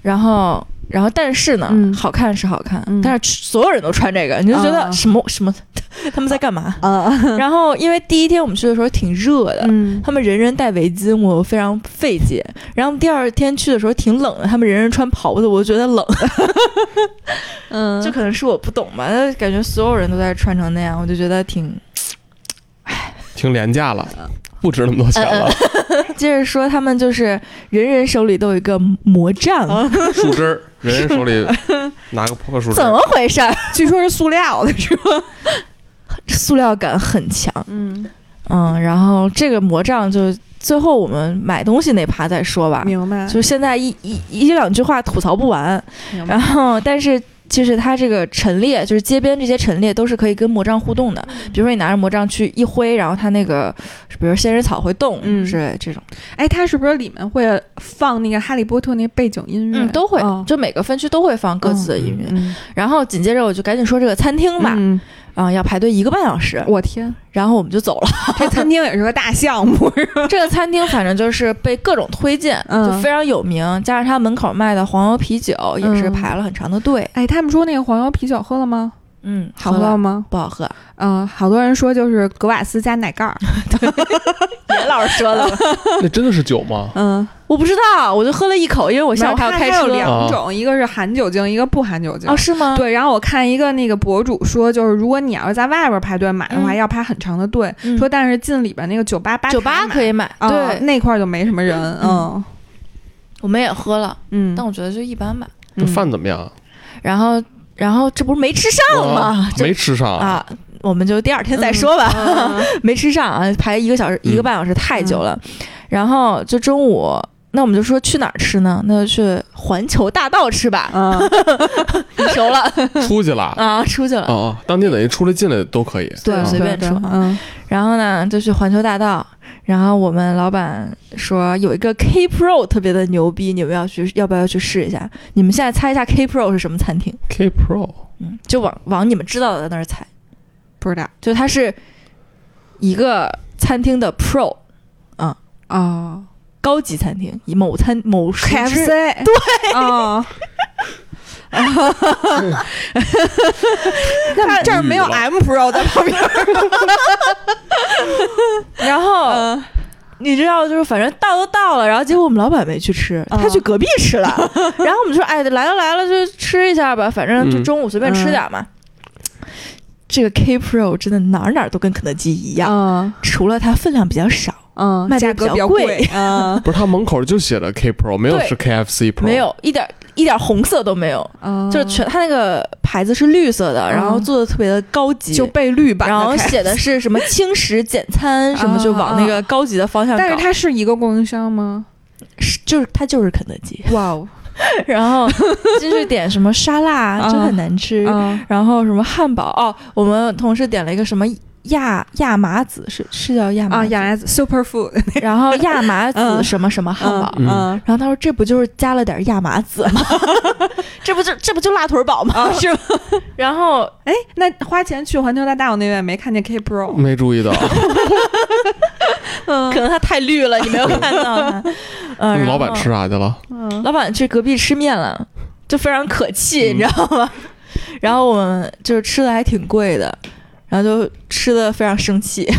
Speaker 1: 然后。然后，但是呢，
Speaker 3: 嗯
Speaker 1: 好看是好看，
Speaker 3: 嗯
Speaker 1: 但是所有人都穿这个，你就觉得
Speaker 3: 啊
Speaker 1: 什么、什么， *laughs* 他们在干嘛？ *laughs*
Speaker 3: 嗯
Speaker 1: 然后因为第一天我们去的时候挺热的。
Speaker 3: 嗯
Speaker 1: 他们人人戴围巾，我非常费解。然后第二天去的时候挺冷的，他们人人穿袍子，我就觉得冷。
Speaker 3: 嗯， *laughs*
Speaker 1: 这可能是我不懂吧，但感觉所有人都在穿成那样，我就觉得挺……
Speaker 2: 挺廉价了，
Speaker 1: 嗯
Speaker 2: 不值那么多钱了，
Speaker 1: *laughs* 接着说，他们就是人人手里都有一个魔杖，
Speaker 2: *laughs* 树
Speaker 1: *laughs*
Speaker 2: 枝儿，人人手里拿个破树枝
Speaker 1: 怎
Speaker 2: 儿
Speaker 1: 么，回事儿？
Speaker 3: 据说是塑料的，是吧？
Speaker 1: 塑料感很强，
Speaker 3: 嗯，
Speaker 1: 嗯。然后这个魔杖就最后我们买东西那趴再说吧，
Speaker 3: 明白，嗯
Speaker 1: 就现在一一一两句话吐槽不完。
Speaker 3: 明白
Speaker 1: 然。后，但是就是它这个陈列，就是街边这些陈列都是可以跟魔杖互动的。
Speaker 3: 嗯
Speaker 1: 比如说你拿着魔杖去一挥，然后它那个，比如仙人草会动
Speaker 3: 嗯
Speaker 1: 之类这种，
Speaker 3: 哎，它是不是里面会放那个《哈利波特》那背景音乐？
Speaker 1: 嗯都会，
Speaker 3: 哦
Speaker 1: 就每个分区都会放各自的音乐。
Speaker 3: 嗯，
Speaker 1: 然后紧接着我就赶紧说这个餐厅吧，
Speaker 3: 嗯
Speaker 1: 啊、要排队一个半小时，
Speaker 3: 我
Speaker 1: *laughs*
Speaker 3: 天，
Speaker 1: 然后我们就走了。
Speaker 3: 这餐厅也是个大项目， *laughs* 是吧？
Speaker 1: 这个餐厅反正就是被各种推荐，
Speaker 3: 嗯
Speaker 1: 就非常有名，加上它门口卖的黄油啤酒也是
Speaker 3: 嗯
Speaker 1: 排了很长的队，
Speaker 3: 哎，他们说那个黄油啤酒喝了吗？
Speaker 1: 嗯，
Speaker 3: 好
Speaker 1: 喝
Speaker 3: 喝
Speaker 1: 吧
Speaker 3: 吗？
Speaker 1: 不好喝？
Speaker 3: 嗯、好多人说就是
Speaker 1: *laughs*
Speaker 3: 格瓦斯加奶盖儿。
Speaker 1: 严老师说的，
Speaker 2: 那真的是酒吗？
Speaker 3: 嗯，
Speaker 1: *laughs* 我不知道，我就喝了一口，因为我下午还要
Speaker 3: 它
Speaker 1: 开
Speaker 3: 有
Speaker 1: 车。
Speaker 3: 两种，一个是含酒精，一个不含酒精
Speaker 1: 哦，。是吗？，
Speaker 3: 对，然后我看一个那个博主说，就是如果你要是在外边排队买的话，
Speaker 1: 嗯
Speaker 3: 要排很长的队。
Speaker 1: 嗯
Speaker 3: 说但是进里边那个酒吧吧
Speaker 1: 酒吧可
Speaker 3: 以，
Speaker 1: 以买。
Speaker 3: 啊、
Speaker 1: 对，
Speaker 3: 那块儿就没什么人。嗯
Speaker 1: 我们也喝了，
Speaker 3: 嗯，
Speaker 1: 但我觉得就一般吧。
Speaker 2: 这
Speaker 3: 嗯
Speaker 2: 饭怎么
Speaker 1: 啊
Speaker 2: 样？
Speaker 1: 然后，然后这不是没吃上吗
Speaker 2: 啊？
Speaker 1: 这
Speaker 2: 没吃上啊，
Speaker 1: 啊，我们就第
Speaker 3: *laughs*
Speaker 1: 二天再说吧。
Speaker 3: 嗯
Speaker 1: 没吃上啊，排一个小时、
Speaker 2: 嗯
Speaker 1: 一个半小时太久了。然后就中午，那我们就说去哪儿吃呢？那就去环球大道吃吧。
Speaker 3: 嗯， *laughs*
Speaker 1: 你 *laughs* 熟了
Speaker 2: 出去了。
Speaker 1: 啊，出去了。
Speaker 2: 哦哦，当地等于出来进来都可以。
Speaker 1: 对，
Speaker 2: 嗯
Speaker 1: 随便说。
Speaker 3: 嗯，
Speaker 1: 然后呢，就去环球大道。然后我们老板说有一个 K Pro 特别的牛逼，你们要去，要不要去试一下？你们现在猜一下 K Pro 是什么餐厅？
Speaker 2: K Pro
Speaker 1: 嗯，就往往你们知道的那儿猜，
Speaker 3: 不知道
Speaker 1: 就它是一个餐厅的 Pro
Speaker 3: 哦
Speaker 1: 高级餐厅，以某餐某熟知
Speaker 3: ，KFC
Speaker 1: *laughs*
Speaker 3: 对哦。那这儿没有
Speaker 2: 他
Speaker 3: M Pro 在 *laughs* 旁边儿，
Speaker 1: 然后、
Speaker 3: 嗯
Speaker 1: 你知道，就是反正到都到了，然后结果我们老板没去吃，
Speaker 3: 嗯
Speaker 1: 他去隔壁吃了。然后我们说，哎，来都来了，就吃一下吧，反正就
Speaker 2: 嗯
Speaker 1: 中午随便吃点嘛。
Speaker 3: 嗯
Speaker 1: 这个 K Pro 真的哪儿哪儿都跟肯德基一样，
Speaker 3: 嗯
Speaker 1: 除了它分量比较少，
Speaker 3: 嗯
Speaker 1: 卖得
Speaker 3: 价
Speaker 1: 比
Speaker 3: 格
Speaker 1: 较
Speaker 3: 比较
Speaker 1: 贵
Speaker 3: 贵， *laughs* 嗯
Speaker 2: 不是他门口就写了 K Pro，没有
Speaker 1: 对
Speaker 2: 是 KFC Pro，
Speaker 1: 没有一点一点红色都没有，
Speaker 3: 嗯，
Speaker 1: 就是全它那个牌子是绿色的，
Speaker 3: 嗯
Speaker 1: 然后做的特别的高级，
Speaker 3: 就倍率版的
Speaker 1: 然后
Speaker 3: KFC
Speaker 1: 写的是什么轻食简餐什么，就往那个高级的方向搞。
Speaker 3: 嗯但是它是一个供应商吗？
Speaker 1: 是就是它就是肯德基，
Speaker 3: *laughs* 哇哦，
Speaker 1: 然
Speaker 3: *laughs*
Speaker 1: 后进去点什么沙拉
Speaker 3: 啊
Speaker 1: 就很难吃，
Speaker 3: 嗯
Speaker 1: 然后什么汉堡哦，我们同事点了一个什么亚亚麻子是是叫亚麻
Speaker 3: 啊，
Speaker 1: 子
Speaker 3: 原来 super food，
Speaker 1: 然后亚
Speaker 3: *laughs*
Speaker 1: 麻子
Speaker 3: 嗯
Speaker 1: 什么什么汉堡，
Speaker 2: 嗯
Speaker 3: *laughs* 嗯
Speaker 1: 然后他说这不就是加了点亚麻子吗？ *laughs* 这不就这不就辣腿堡吗？
Speaker 3: 啊是吗？
Speaker 1: 然后
Speaker 3: *laughs* 哎，那花钱去环球大道那位没看见 K Pro，
Speaker 2: 没注意
Speaker 1: *laughs*
Speaker 2: 到，
Speaker 3: 嗯
Speaker 1: 可能它太绿了，你没有看到
Speaker 3: *laughs*
Speaker 1: 它。嗯，然后
Speaker 2: 老板吃啥去了？
Speaker 3: 嗯
Speaker 1: 老板去隔壁吃面了，就非常可气，
Speaker 2: 嗯
Speaker 1: 你知道吗？ *laughs* 然后我们就是吃的还挺贵的，然后就吃的非常生气。 *laughs*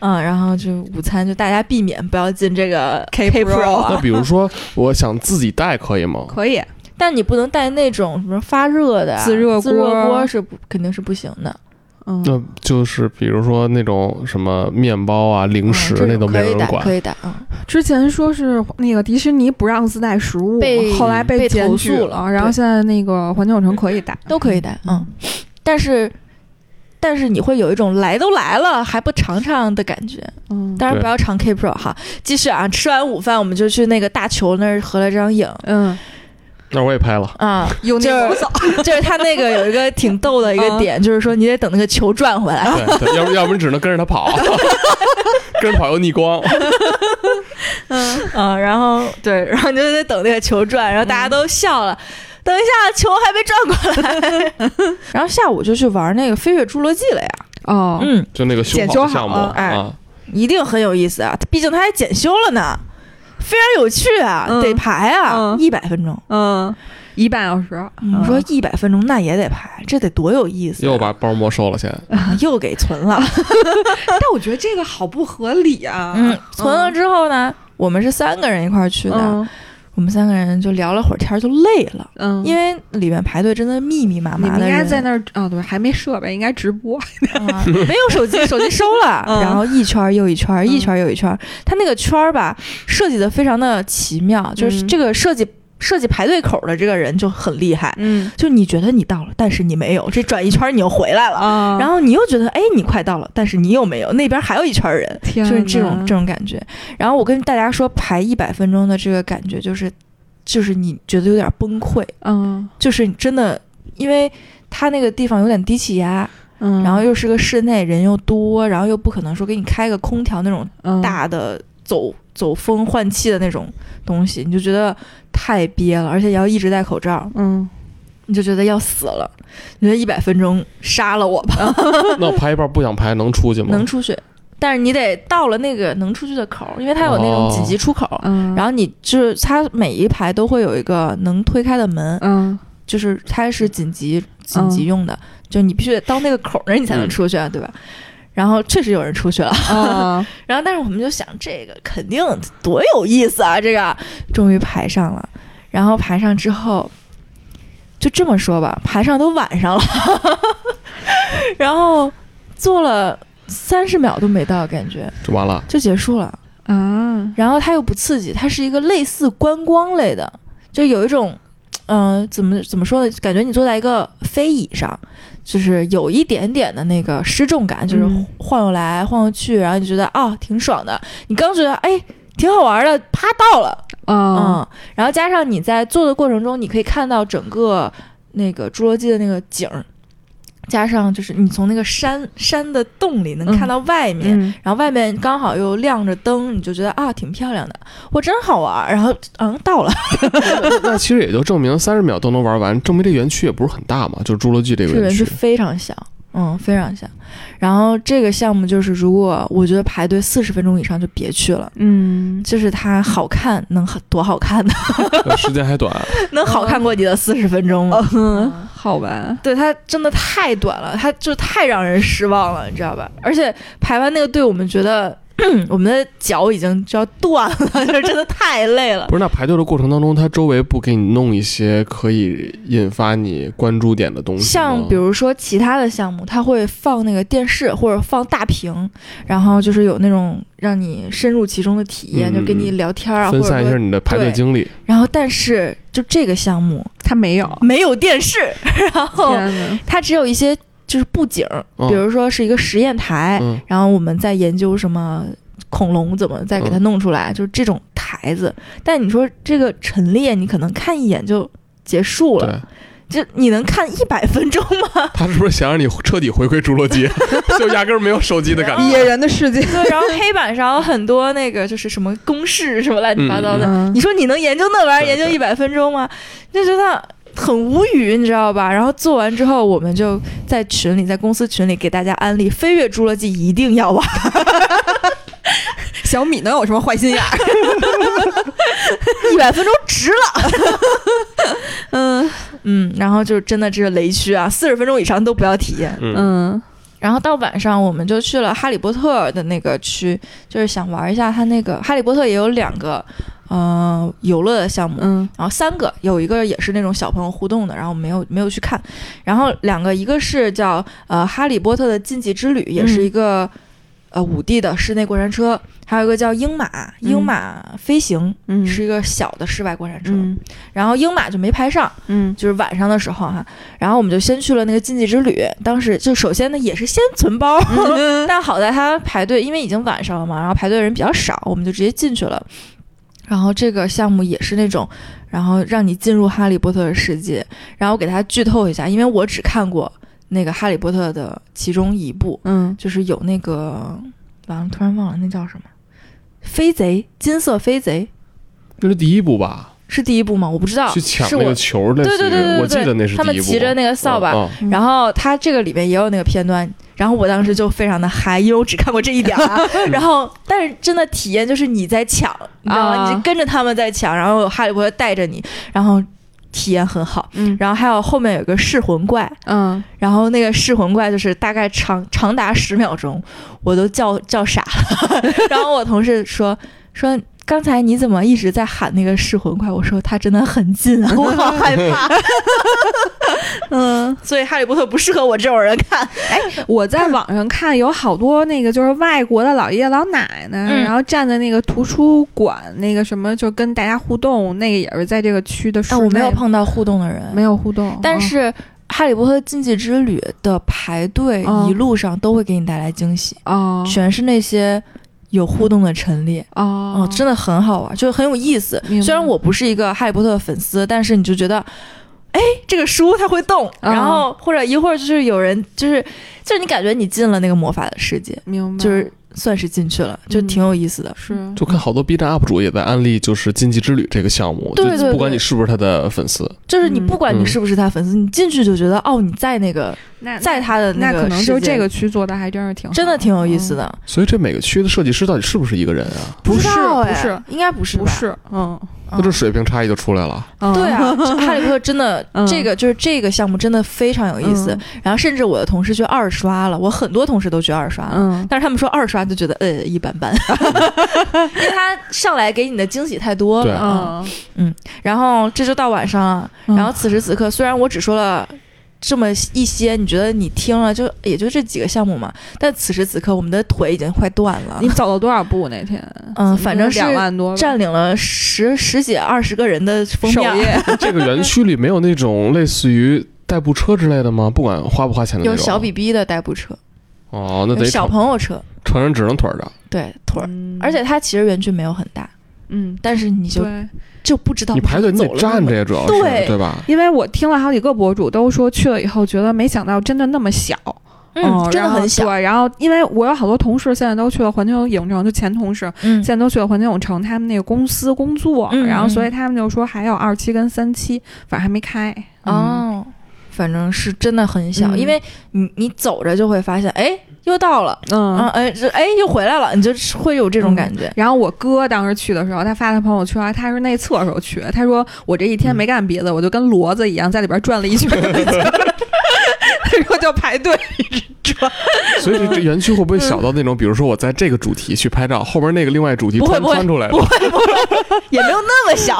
Speaker 1: 嗯，然后就午餐就大家避免不要进这个
Speaker 3: K Pro
Speaker 2: 那
Speaker 1: 啊，嗯
Speaker 2: 比如说，我想自己带可以吗？
Speaker 3: 可以，
Speaker 1: 但你不能带那种什么发热的啊、
Speaker 3: 自热锅
Speaker 1: 自热锅是不肯定是不行的，
Speaker 3: 嗯
Speaker 2: 那就是比如说那种什么面包啊、零食
Speaker 1: 嗯这
Speaker 2: 那
Speaker 1: 种
Speaker 2: 都没
Speaker 1: 可以
Speaker 2: 有人
Speaker 1: 带，
Speaker 2: 管
Speaker 1: 可。以带啊。
Speaker 3: 之前说是那个迪士尼不让自带食物
Speaker 1: 被
Speaker 3: 嘛，后来
Speaker 1: 被
Speaker 3: 检
Speaker 1: 投
Speaker 3: 举
Speaker 1: 诉了
Speaker 3: 了，然后
Speaker 1: 对
Speaker 3: 现在那个环球影城可以带，
Speaker 1: 都可以带，嗯，但是但是你会有一种来都来了还不尝尝的感觉，
Speaker 3: 嗯
Speaker 1: 当然
Speaker 2: 对
Speaker 1: 不要尝 K Pro 哈。继续啊，吃完午饭我们就去那个大球那儿合了张影
Speaker 3: 嗯，
Speaker 2: 那我也拍了，
Speaker 1: 啊，
Speaker 3: 有
Speaker 1: 就
Speaker 3: 那
Speaker 1: 是
Speaker 3: 种扫，
Speaker 1: 就是他那个有一个挺逗的一
Speaker 3: 嗯
Speaker 1: 个点，就是说你得等那个球转回来。
Speaker 2: 对，对要不要不然只能跟着
Speaker 1: *laughs*
Speaker 2: 他跑，跟着跑又逆光。
Speaker 3: 嗯
Speaker 1: 嗯，然后对，然后你就得等那个球转，然后大家
Speaker 3: 嗯
Speaker 1: 都笑了。等一下，球还没转过来。
Speaker 3: *laughs*
Speaker 1: 然后下午就去玩那个《飞跃侏罗纪》了呀。
Speaker 3: 哦，
Speaker 1: 嗯，
Speaker 2: 就那个
Speaker 3: 检
Speaker 2: 胸
Speaker 3: 修
Speaker 2: 跑
Speaker 3: 好
Speaker 2: 项目
Speaker 3: 了
Speaker 1: 哎
Speaker 2: 啊，
Speaker 1: 一定很有意思啊！毕竟它还检修了呢，非常有趣啊，
Speaker 3: 嗯
Speaker 1: 得排啊
Speaker 3: 嗯，
Speaker 1: 一、百分钟。
Speaker 3: 嗯，一半小时，嗯
Speaker 1: 你说一百分钟那也得排，这得多有意思、啊！
Speaker 2: 又把包没收
Speaker 1: *laughs*
Speaker 2: 了先。
Speaker 1: 啊又给存了，
Speaker 3: 但我觉得这个好不合理啊，
Speaker 1: 嗯，存了之后呢，我们是三个人一块儿去的，
Speaker 3: 嗯
Speaker 1: 我们三个人就聊了会儿天儿，就累了。
Speaker 3: 嗯，
Speaker 1: 因为里面排队真的密密麻
Speaker 3: 你
Speaker 1: 麻
Speaker 3: 们
Speaker 1: 的
Speaker 3: 应
Speaker 1: 人，
Speaker 3: 该在那儿啊、对，还没设备，应该直播。
Speaker 1: 啊 *laughs* 没有手机，手机收了，
Speaker 3: *laughs* 嗯
Speaker 1: 然后一圈儿又一圈儿，一圈儿又一圈儿。它那个圈儿吧，设计的非常的奇妙，就是
Speaker 3: 嗯
Speaker 1: 这个设计设计排队口儿的这个人就很厉害，
Speaker 3: 嗯
Speaker 1: 就你觉得你到了，但是你没有，这转一圈儿你又回来了，
Speaker 3: 啊
Speaker 1: 然
Speaker 3: 后
Speaker 1: 后你又觉得哎你快到了，但是你又没有，那边还有一圈儿人，
Speaker 3: 天
Speaker 1: 就是这种
Speaker 3: 哪
Speaker 1: 这种感觉。然后我跟大家说排一百分钟的这个感觉，就是就是你觉得有点崩溃，
Speaker 3: 嗯
Speaker 1: 就是你真的因为。它那个地方有点低气压，
Speaker 3: 嗯，
Speaker 1: 然后又是个室内，人又多，然后又不可能说给你开个空调那种
Speaker 3: 嗯
Speaker 1: 大的走走风换气的那种东西，你就觉得太憋了，而且也要一直戴口罩，
Speaker 3: 嗯
Speaker 1: 你就觉得要死了，你觉得一百分钟杀了我吧，
Speaker 2: 那我拍一半不想拍，能出去吗？
Speaker 1: 能出去，但是你得到了那个能出去的口儿，因为它有那种紧急出口。
Speaker 3: 嗯，
Speaker 1: 然后你就是它每一排都会有一个能推开的门，
Speaker 3: 嗯
Speaker 1: 就是它是紧急紧急用的，就你必须得到那个口儿那儿你才能出去，啊，对吧？然后确实有人出去了， *laughs*
Speaker 3: *laughs* 啊，
Speaker 1: 然后但是我们就想这个肯定多有意思啊，这个终于排上了，然后排上之后，就这么说吧，排上都晚上了， *laughs* 然后坐了三十秒都没到，感觉
Speaker 2: 就完了。
Speaker 1: 就结束了。
Speaker 3: 啊，
Speaker 1: 然后它又不刺激，它是一个类似观光类的，就有一种，嗯、怎么怎么说呢？感觉你坐在一个飞椅上，就是有一点点的那个失重感，就是
Speaker 3: 嗯
Speaker 1: 晃悠来晃悠去，然后你觉得哦挺爽的，你刚觉得哎挺好玩的，啪到了，
Speaker 3: 啊，
Speaker 1: 嗯，然后加上你在做的过程中，你可以看到整个那个侏罗纪的那个景儿。加上就是你从那个山山的洞里能看到外面，
Speaker 3: 嗯，
Speaker 1: 然后外面刚好又亮着灯，你就觉得啊挺漂亮的，我真好玩儿。然后嗯到了，
Speaker 2: 那其实也就证明三十秒都能玩完，证明这园区也不是很大嘛，就是侏罗纪这
Speaker 1: 这
Speaker 2: 个
Speaker 1: 个园
Speaker 2: 园
Speaker 1: 区
Speaker 2: 区。
Speaker 1: 非常小，嗯非常小。然后这个项目就是，如果我觉得排队四十分钟以上就别去了。
Speaker 3: 嗯，
Speaker 1: 就是它好看，能好多好看呢？
Speaker 2: 呃时间还短，
Speaker 1: *laughs* 能好看过你的四十分钟
Speaker 2: 哦
Speaker 1: 吗？
Speaker 3: 嗯，好吧，
Speaker 1: 对，它真的太短了，它就太让人失望了，你知道吧？而且排完那个队，我们觉得 *clears throat* 我们的脚已经就要断了， *laughs* 就是真的太累了。
Speaker 2: 不是？那排队的过程当中，它周围不给你弄一些可以引发你关注点的东西吗，
Speaker 1: 像比如说其他的项目，它会放那个电视或者放大屏，然后就是有那种让你深入其中的体验，
Speaker 2: 嗯
Speaker 1: 就跟你聊天啊，或
Speaker 2: 分
Speaker 1: 者
Speaker 2: 散一下
Speaker 1: 说。
Speaker 2: 你的排队
Speaker 1: 对
Speaker 2: 经历。
Speaker 1: 然后，但是就这个项目
Speaker 3: 他没有，
Speaker 1: 没有电视， *laughs* 然后
Speaker 3: 天
Speaker 1: 它只有一些就是布景，
Speaker 2: 啊嗯
Speaker 1: 比如说是一个实验台，
Speaker 2: 嗯，
Speaker 1: 然后我们在研究什么恐龙怎么再给它弄出
Speaker 2: 嗯
Speaker 1: 来，就是这种台子。但你说这个陈列，你可能看一眼就结束了，
Speaker 2: 对，
Speaker 1: 就你能看一百分钟吗？
Speaker 2: 他是不是想让你彻底回归侏罗纪， *laughs* 就压根儿没有手机的感
Speaker 3: 哪，
Speaker 2: 觉？
Speaker 3: 野人的世界，
Speaker 1: *laughs* 对，然后黑板上有很多那个就是什么公式什么乱七八糟的。
Speaker 3: 嗯
Speaker 1: 你说你能研究那玩意儿
Speaker 2: 对
Speaker 1: 研究
Speaker 2: 对
Speaker 1: 一百分钟吗？就觉得很无语，你知道吧？然后做完之后，我们就在群里，在公司群里给大家安利《飞跃侏罗纪》一定要玩。
Speaker 3: 小米能有什么坏心眼儿？
Speaker 1: 一百分钟值了。嗯嗯，然后就真的这个雷区啊，四十分钟以上都不要体验。
Speaker 2: 嗯，
Speaker 3: 嗯
Speaker 1: 然后到晚上我们就去了哈利波特的那个区，就是想玩一下它那个哈利波特也有两个呃游乐的项目。
Speaker 3: 嗯
Speaker 1: 然后三个有一个也是那种小朋友互动的，然后没有没有去看。然后两个，一个是叫呃《哈利波特的禁忌之旅》，也是一个、
Speaker 3: 嗯
Speaker 1: 呃五 D 的室内过山车，还有一个叫鹰马，鹰
Speaker 3: 嗯
Speaker 1: 马飞行、
Speaker 3: 嗯
Speaker 1: 是一个小的室外过山车。
Speaker 3: 嗯
Speaker 1: 然后鹰马就没排上，
Speaker 3: 嗯
Speaker 1: 就是晚上的时候哈、然后我们就先去了那个禁忌之旅，当时就首先呢也是先存包，
Speaker 3: 嗯 *laughs*
Speaker 1: 但好在他排队，因为已经晚上了嘛，然后排队的人比较少，我们就直接进去了。然后这个项目也是那种，然后让你进入哈利波特的世界，然后给大家剧透一下，因为我只看过那个哈利波特的其中一部，
Speaker 3: 嗯
Speaker 1: 就是有那个，完了突然忘了那叫什么，飞贼，金色飞贼
Speaker 2: 这是第一步吧？
Speaker 1: 是第一部吗？我不知道，
Speaker 2: 去抢
Speaker 1: 啊是
Speaker 2: 那
Speaker 1: 我
Speaker 2: 个球儿，类
Speaker 1: 对
Speaker 2: 似
Speaker 1: 对对对
Speaker 2: 于
Speaker 1: 对
Speaker 2: 我记得那是
Speaker 1: 他们
Speaker 2: 第一步
Speaker 1: 骑着那个扫把，
Speaker 2: 嗯嗯
Speaker 1: 然后它这个里面也有那个片段，然后我当时就非常的嗨，因为我只看过这一点 *laughs* 儿啊。然后，但是真的体验就是你在抢，你知道吗？
Speaker 3: 啊
Speaker 1: 你就跟着他们在抢，然后哈利波特带着你，然后体验很好。
Speaker 3: 嗯
Speaker 1: 然后还有后面有个噬魂怪，
Speaker 3: 嗯，
Speaker 1: 然后那个噬魂怪就是大概长长达十秒钟，我都叫叫傻了。然后我同事说说。刚才你怎么一直在喊那个噬魂怪？我说它真的很近啊，我好害怕。嗯， *laughs* 所以哈利波特不适合我这种人看。
Speaker 3: 我在网上看有好多那个就是外国的老爷爷老奶奶，
Speaker 1: 嗯
Speaker 3: 然后站在那个图书馆那个什么，就跟大家互动，那个也是在这个区的室
Speaker 1: 但
Speaker 3: 内，
Speaker 1: 我没有碰到互动的人，
Speaker 3: 没有互动，
Speaker 1: 但是《哈利波特禁忌之旅》的排队
Speaker 3: 嗯
Speaker 1: 一路上都会给你带来惊喜，
Speaker 3: 哦
Speaker 1: 全是那些有互动的陈列。
Speaker 3: 哦
Speaker 1: 哦，真的很好玩，就是很有意思
Speaker 3: 明。白
Speaker 1: 虽然我不是一个哈利波特粉丝，但是你就觉得，哎，这个书它会动，
Speaker 3: 啊
Speaker 1: 然后或者一会儿就是有人，就是就是你感觉你进了那个魔法的世界，
Speaker 3: 明白，
Speaker 1: 就是算是进去了，就
Speaker 3: 嗯
Speaker 1: 挺有意思的。
Speaker 3: 是
Speaker 2: 就看好多 B 站 UP 主也在安利，就是《禁忌之旅》这个项目，
Speaker 1: 对对
Speaker 2: 就不管
Speaker 1: 对
Speaker 2: 你是不是他的粉丝，
Speaker 1: 就是你
Speaker 3: 嗯
Speaker 1: 不管你
Speaker 2: 嗯
Speaker 1: 是不是他粉丝，你进去就觉得哦，你在那个
Speaker 3: 那
Speaker 1: 在他的
Speaker 3: 那
Speaker 1: 个
Speaker 3: 可能
Speaker 1: 世
Speaker 3: 就是
Speaker 1: 界
Speaker 3: 这个区做的还真是挺好
Speaker 1: 真的挺有意思，的，
Speaker 2: 嗯所以这每个区的设计师到底是不是一个人啊？
Speaker 3: 不
Speaker 1: 知道
Speaker 3: 是
Speaker 1: 哎
Speaker 3: 不是
Speaker 1: 应该不是
Speaker 3: 嗯不
Speaker 1: 吧
Speaker 3: 是嗯
Speaker 2: 那这水平差异就出来了。
Speaker 3: 嗯
Speaker 1: 对啊，这哈利波特真 *laughs* 的、
Speaker 3: 嗯
Speaker 1: 这个就是这个项目真的非常有意思。然后甚至我的同事去二刷了，我很多同事都去二刷了，
Speaker 3: 嗯
Speaker 1: 但是他们说二刷就觉得呃一般 *laughs* 般，因为他上来给你的惊喜太多
Speaker 2: 对
Speaker 1: 了。嗯，然后这就到晚上了，
Speaker 3: 啊嗯
Speaker 1: 然后此时此刻虽然我只说了。这么一些，你觉得你听了就也就这几个项目嘛？但此时此刻，我们的腿已经快断了。
Speaker 3: 你走了多少步那天？
Speaker 1: 嗯，反正是
Speaker 3: 两万多吧
Speaker 1: 占领了十十几二十个人的封
Speaker 3: 首
Speaker 1: 面，啊
Speaker 3: 页， *laughs*
Speaker 2: 这个园区里没有那种类似于代步车之类的吗？不管花不花钱的那
Speaker 1: 有
Speaker 2: 种。
Speaker 1: 小比逼的代步车，
Speaker 2: 哦，那
Speaker 1: 有
Speaker 2: 得
Speaker 1: 小
Speaker 2: 成
Speaker 1: 朋友车，
Speaker 2: 成人只能腿儿着，
Speaker 1: 对腿儿。而且它其实园区没有很大，
Speaker 3: 嗯，
Speaker 1: 但是你就
Speaker 3: 对，
Speaker 1: 就不知道
Speaker 2: 你排队你得
Speaker 1: 走了
Speaker 2: 站
Speaker 1: 那
Speaker 2: 着
Speaker 1: 么
Speaker 2: 呀，主要是
Speaker 1: 对
Speaker 2: 对吧？
Speaker 3: 因为我听了好几个博主都说去了以后，觉得没想到真的那么小，
Speaker 1: 远，嗯，真的
Speaker 3: 然后
Speaker 1: 很小，
Speaker 3: 对，然后因为我有好多同事现在都去了环球影城，就前同事
Speaker 1: 嗯
Speaker 3: 现在都去了环球影城，他们那个公司工作，
Speaker 1: 嗯
Speaker 3: 然后
Speaker 1: 嗯
Speaker 3: 所以他们就说还有二期跟三期，反正还没开。
Speaker 1: 哦，反正是真的很小，
Speaker 3: 嗯
Speaker 1: 因为你你走着就会发现，哎，又到了，
Speaker 3: 嗯，
Speaker 1: 啊，哎这哎又回来了，你就会有这种感觉，
Speaker 3: 然后我哥当时去的时候，他发他朋友圈，他是内测的时候去，他说我这一天
Speaker 1: 嗯
Speaker 3: 没干别的，我就跟骡子一样在里边转了一圈儿。 *laughs* 他说就排队，
Speaker 2: 所
Speaker 1: *laughs*
Speaker 2: 以这这园区会不会小到那种，比如说我在这个主题去拍照，后边那个另外主题
Speaker 1: 嗯不会
Speaker 2: 穿
Speaker 1: 不会
Speaker 2: 穿出来
Speaker 1: 不
Speaker 2: 了？
Speaker 1: 会不会，也没有那么
Speaker 3: *laughs*
Speaker 1: 小，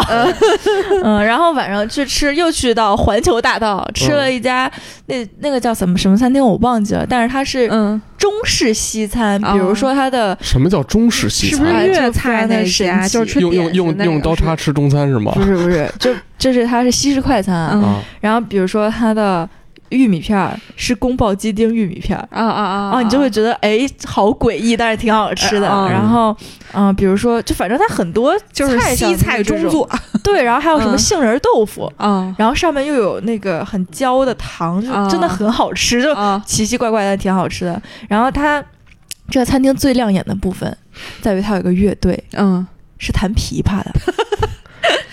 Speaker 1: *laughs* 嗯，然后晚上去吃，又去到环球大道
Speaker 3: 嗯
Speaker 1: 吃了一家那那个叫什么什么餐厅我忘记了，但是它是
Speaker 3: 嗯，
Speaker 1: 中式西餐，
Speaker 3: 哦
Speaker 1: 比如说它的
Speaker 2: 什么叫中式西
Speaker 3: 是不是
Speaker 2: 餐？
Speaker 1: 哎
Speaker 3: 粤菜那家？
Speaker 1: 就
Speaker 3: 就是是吃
Speaker 2: 用
Speaker 3: 点
Speaker 2: 用
Speaker 3: 心
Speaker 2: 用
Speaker 3: 那个
Speaker 2: 用刀叉
Speaker 3: 是
Speaker 2: 吃中餐是吗
Speaker 1: 不？是不是，就就是它是西式快餐啊，
Speaker 3: 嗯
Speaker 2: 啊，
Speaker 1: 然后比如说它的玉米片儿是宫保鸡丁玉米片儿。
Speaker 3: 啊啊啊
Speaker 1: 啊，你就会觉得哎，好诡异，但是挺好吃的。
Speaker 3: 嗯
Speaker 1: 然后，嗯、比如说，就反正它很多
Speaker 3: 就是
Speaker 1: 菜上
Speaker 3: 西菜
Speaker 1: 就是这
Speaker 3: 中
Speaker 1: 种，啊
Speaker 3: 作
Speaker 1: 对。然后还有什么
Speaker 3: 嗯
Speaker 1: 杏仁豆腐，
Speaker 3: 啊
Speaker 1: 然后上面又有那个很焦的糖，就真的
Speaker 3: 嗯
Speaker 1: 很好吃，就
Speaker 3: 啊
Speaker 1: 奇奇怪怪的，挺好吃的。然后它这个餐厅最亮眼的部分在于它有一个乐队，
Speaker 3: 嗯
Speaker 1: 是弹琵琶
Speaker 3: *laughs*
Speaker 1: 的，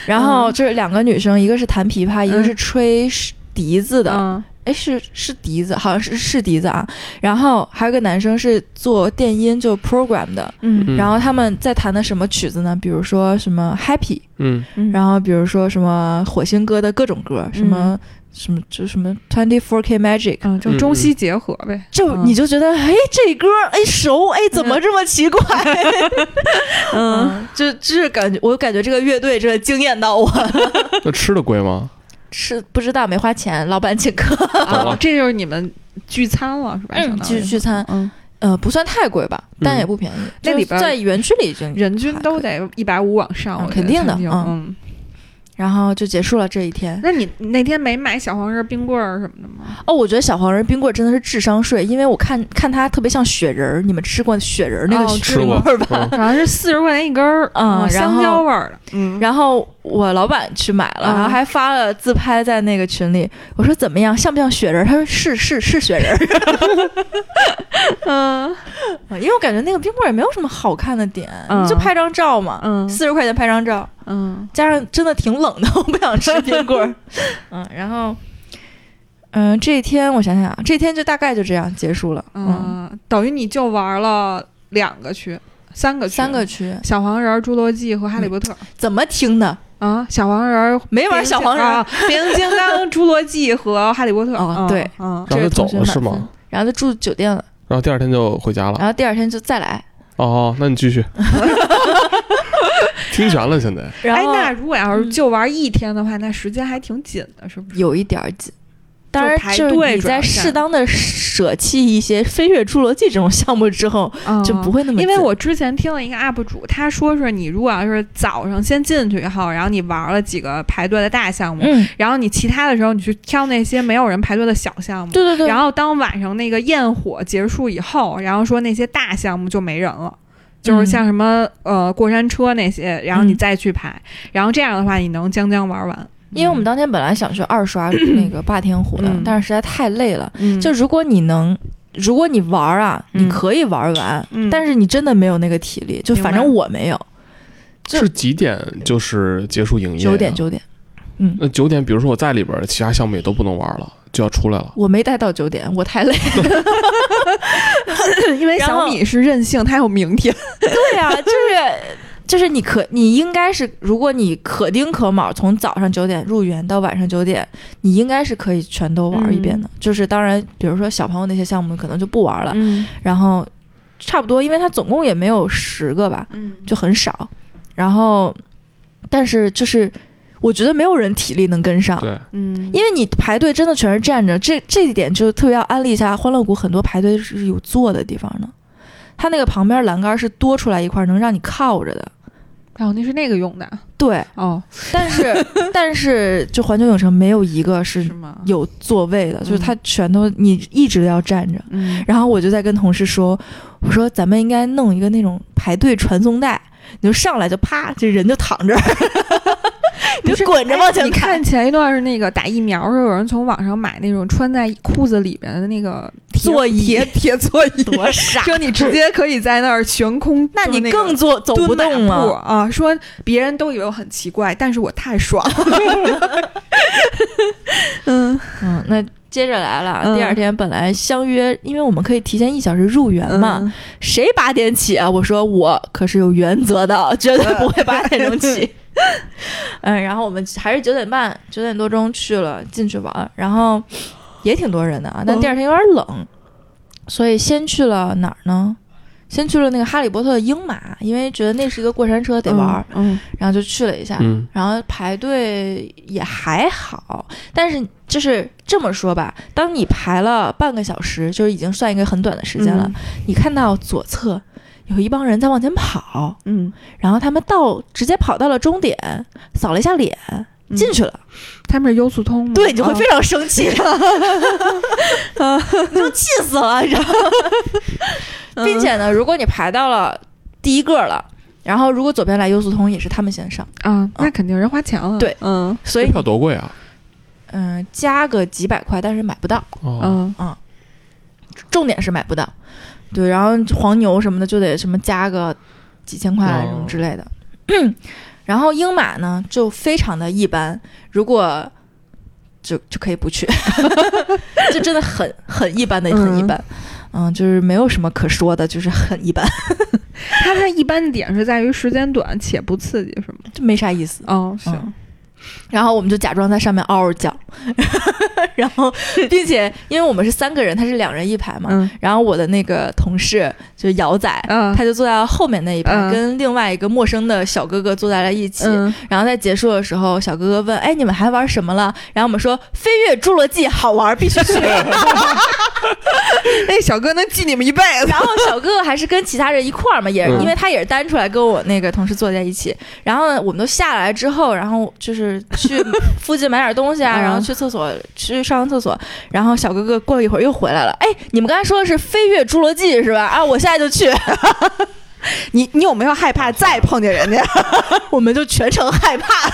Speaker 1: 然后就是两个女生，一个是弹琵琶，一个是吹笛子的，
Speaker 3: 嗯
Speaker 1: 哎、是是笛子，好像是是笛子啊。然后还有一个男生是做电音，就 program 的。
Speaker 3: 嗯
Speaker 2: 嗯
Speaker 1: 然后他们在弹的什么曲子呢？比如说什么 Happy，
Speaker 2: 嗯，
Speaker 3: 嗯
Speaker 1: 然后比如说什么火星哥的各种歌，什么、什么就什么 Twenty Four K Magic，
Speaker 3: 嗯，就中西结合呗。
Speaker 1: 就
Speaker 3: 嗯
Speaker 1: 你就觉得哎这歌哎熟哎怎么这么奇怪？
Speaker 3: 嗯，
Speaker 1: *laughs* 嗯，就就是感觉我感觉这个乐队真的惊艳到我。 *laughs*
Speaker 2: 那吃的贵吗？
Speaker 1: 是不知道没花钱，老板请客，
Speaker 3: 啊，这就是你们聚餐了是
Speaker 1: *laughs*
Speaker 3: 吧？相当于
Speaker 1: 聚聚餐，
Speaker 3: 嗯，
Speaker 1: 呃，不算太贵吧，但也不便宜。
Speaker 3: 那里边
Speaker 1: 就是在园区里已经，
Speaker 3: 人均都得一百五往上，
Speaker 1: 嗯
Speaker 3: 我觉得
Speaker 1: 肯定的
Speaker 3: 餐厅
Speaker 1: 嗯
Speaker 3: 嗯。
Speaker 1: 然后就结束了这一天。
Speaker 3: *laughs* 那你你那天没买小黄人冰棍儿什么的吗？
Speaker 1: 哦，我觉得小黄人冰棍真的是智商税，因为我看看它特别像雪人儿，你们吃过雪人儿那个
Speaker 3: 哦
Speaker 1: 雪
Speaker 2: 吃
Speaker 1: 人
Speaker 2: 过
Speaker 1: 儿吧？ *laughs*
Speaker 2: 嗯
Speaker 3: 好像是四十块钱一根儿，
Speaker 1: 嗯然
Speaker 3: 哦香
Speaker 1: 后
Speaker 3: 蕉味儿的，嗯，
Speaker 1: 然后我老板去买了，
Speaker 3: 嗯
Speaker 1: 然后还发了自拍在那个群里。我说怎么样，像不像雪人儿？他说是是是雪人儿，
Speaker 3: *laughs* 嗯
Speaker 1: *laughs* 因为我感觉那个冰棍也没有什么好看的点，
Speaker 3: 嗯
Speaker 1: 你就拍张照嘛，
Speaker 3: 嗯
Speaker 1: 四十块钱拍张照。
Speaker 3: 嗯
Speaker 1: 加上真的挺冷的，我不想吃冰棍 *laughs* 儿。嗯，然后，嗯、这一天我想想啊，这一天就大概就这样结束了。嗯，
Speaker 3: 嗯，等于你就玩了两个区，三个
Speaker 1: 嗯
Speaker 3: 区，
Speaker 1: 三个区
Speaker 3: 小黄人、侏罗纪和哈利波特
Speaker 1: 怎么听的？
Speaker 3: 啊，小黄人。
Speaker 1: 嗯没玩小黄人
Speaker 3: 啊，变形金刚、侏罗纪和哈利波特。
Speaker 1: 哦
Speaker 3: 嗯
Speaker 1: 对，
Speaker 3: 嗯，
Speaker 1: 这个
Speaker 2: 然后就走
Speaker 1: 同学
Speaker 2: 了
Speaker 1: 满
Speaker 2: 是
Speaker 1: 分
Speaker 2: 吗？？
Speaker 1: 然后就住酒店了，
Speaker 2: 然后第二天就回家了。
Speaker 1: 然后第二天就再来。
Speaker 2: 哦，那你
Speaker 1: *laughs*
Speaker 2: 继续。听全了，现在
Speaker 1: 然
Speaker 3: 哎，
Speaker 1: 后
Speaker 3: 那如果要是
Speaker 1: 嗯
Speaker 3: 就玩一天的话，那时间还挺紧的，是不是？
Speaker 1: 有一点儿紧。当然，
Speaker 3: 排
Speaker 1: 就是
Speaker 3: 队
Speaker 1: 你
Speaker 3: 主要
Speaker 1: 在
Speaker 3: 是
Speaker 1: 适当的舍弃一些飞跃侏罗纪这种项目之后，就
Speaker 3: 嗯
Speaker 1: 不会那么
Speaker 3: 因为
Speaker 1: 紧
Speaker 3: 我之前听了一个 UP 主，他说是你如果要是早上先进去以后，然后你玩了几个排队的大项目，
Speaker 1: 嗯，
Speaker 3: 然后你其他的时候你去挑那些没有人排队的小项目，
Speaker 1: 对对对，
Speaker 3: 然后当晚上那个焰火结束以后，然后说那些大项目就没人了。就是像什么、呃过山车那些，然后你
Speaker 1: 嗯
Speaker 3: 再去排，然后这样的话你能将将玩完。
Speaker 1: 因为我们当天本来想去二刷那个霸天虎的，
Speaker 3: 嗯
Speaker 1: 但是实在太累了，
Speaker 3: 嗯
Speaker 1: 就如果你能，如果你玩儿啊，
Speaker 3: 嗯
Speaker 1: 你可以玩完，
Speaker 3: 嗯
Speaker 1: 但是你真的没有那个体力，就
Speaker 3: 明白
Speaker 1: 反正我没有，就是
Speaker 2: 几点就是结束营业？
Speaker 1: 九点。九点，
Speaker 2: 那九点，比如说我在里边儿，其他项目也都不能玩了，就要出来了。
Speaker 1: 我没待到九点，我太累。
Speaker 3: 因为
Speaker 1: 然
Speaker 3: 小
Speaker 1: 后
Speaker 3: *coughs* 米是任性，它有明天。
Speaker 1: 啊对呀、就是。就是你可你应该是，如果你可丁可卯，从早上九点入园到晚上九点，你应该是可以全都玩一遍的。就是当然，比如说小朋友那些项目可能就不玩了，
Speaker 3: 嗯
Speaker 1: 然后差不多，因为它总共也没有十个吧，
Speaker 3: 嗯，
Speaker 1: 就很少。然后，但是就是我觉得没有人体力能跟上，
Speaker 2: 对，
Speaker 3: 嗯，
Speaker 1: 因为你排队真的全是站着，这这一点就特别要安利一下欢乐谷，很多排队是有坐的地方的，它那个旁边栏杆是多出来一块能让你靠着的。
Speaker 3: 哦，那是那个用的
Speaker 1: 对，
Speaker 3: 哦，
Speaker 1: 但是 *laughs* 但是就环球影城没有一个是
Speaker 3: 是吗？
Speaker 1: 有座位的，就是
Speaker 3: 嗯
Speaker 1: 它全都你一直要站着。
Speaker 3: 嗯，
Speaker 1: 然后我就在跟同事说，我说咱们应该弄一个那种排队传送带，你就上来就啪，这人就躺这 *laughs* 儿，哎你就滚着往前
Speaker 3: 哎你看前一段是那个打疫苗的时候，有人从网上买那种穿在裤子里边的那个铁
Speaker 1: 座椅
Speaker 3: 铁铁座椅，
Speaker 1: 多 *laughs* 傻！
Speaker 3: 说你直接可以在那儿悬空，
Speaker 1: 那
Speaker 3: 就是
Speaker 1: 你
Speaker 3: 个
Speaker 1: 更坐走不
Speaker 3: 蹲马
Speaker 1: 动
Speaker 3: 步
Speaker 1: 了。
Speaker 3: 啊！说别人都以为我很奇怪，但是我太爽了。
Speaker 1: *laughs*
Speaker 3: 嗯
Speaker 1: 嗯，那接着来了。
Speaker 3: 嗯
Speaker 1: 第二天本来相约，因为我们可以提前一小时入园嘛，
Speaker 3: 嗯
Speaker 1: 谁八点起啊？我说我可是有原则的，绝
Speaker 3: 嗯
Speaker 1: 对不会八点钟起。 *laughs* 嗯，然后我们还是九点半、九点多钟去了进去玩，然后也挺多人的啊。
Speaker 3: 嗯
Speaker 1: 但第二天有点冷，所以先去了哪儿呢？先去了那个《哈利波特》的鹰马，因为觉得那是一个过山车得玩儿，，
Speaker 3: 嗯，
Speaker 1: 然后就去了一下。
Speaker 2: 嗯，
Speaker 1: 然后排队也还好，但是就是这么说吧，当你排了半个小时，就是已经算一个很短的时间
Speaker 3: 嗯
Speaker 1: 了。你看到左侧有一帮人在往前跑，
Speaker 3: 嗯，
Speaker 1: 然后他们到直接跑到了终点，扫了一下脸
Speaker 3: 嗯
Speaker 1: 进去了，
Speaker 3: 他们是优速通吗？
Speaker 1: 对你就会
Speaker 3: 哦
Speaker 1: 非常生气， *laughs* 你就气死了，然后，
Speaker 3: 嗯
Speaker 1: 并且呢，如果你排到了第一个了。然后，如果左边来优速通，也是他们先上，
Speaker 3: 啊，那肯定人花钱了。
Speaker 1: 对，
Speaker 3: 嗯
Speaker 1: 所以
Speaker 2: 这票多贵啊！
Speaker 1: 嗯、加个几百块，但是买不到，
Speaker 2: 哦，
Speaker 3: 嗯
Speaker 1: 重点是买不到。对，然后黄牛什么的就得什么加个几千块什么之类的。 *clears throat* 然后英马呢就非常的一般，如果就就可以不去， *laughs* 就真的很很一般的很一般，嗯就是没有什么可说的，就是很一般，
Speaker 3: 它的一般点是在于时间短且不刺激，是吗？
Speaker 1: 就没啥意思。
Speaker 3: 哦，行
Speaker 1: 嗯，然后我们就假装在上面嗷嗷叫， *laughs* 然后并且因为我们是三个人，他是两人一排嘛，
Speaker 3: *laughs* 嗯
Speaker 1: 然后我的那个同事就是姚仔，
Speaker 3: 嗯
Speaker 1: 他就坐在后面那一排，
Speaker 3: 嗯
Speaker 1: 跟另外一个陌生的小哥哥坐在了一起。
Speaker 3: 嗯，
Speaker 1: 然后在结束的时候，小哥哥问：“哎，你们还玩什么了？”然后我们说：“飞跃侏罗纪好玩，必
Speaker 3: *laughs*
Speaker 1: 须去。”
Speaker 3: *laughs*
Speaker 1: *laughs*
Speaker 3: 那小哥能记你们一辈子
Speaker 1: 然。后小哥哥还是跟其他人一块儿嘛，也、
Speaker 2: 嗯
Speaker 1: 因为他也是单出来跟我那个同事坐在一起。然后我们都下来之后，然后就是去附近买点东西啊，
Speaker 3: 嗯
Speaker 1: 然后去厕所去上厕所。然后小哥哥过了一会儿又回来了，哎，你们刚才说的是飞跃侏罗纪是吧？啊，我现在就去。
Speaker 3: *laughs* 你你有没有害怕再碰见人家？
Speaker 1: 我们就全程害怕，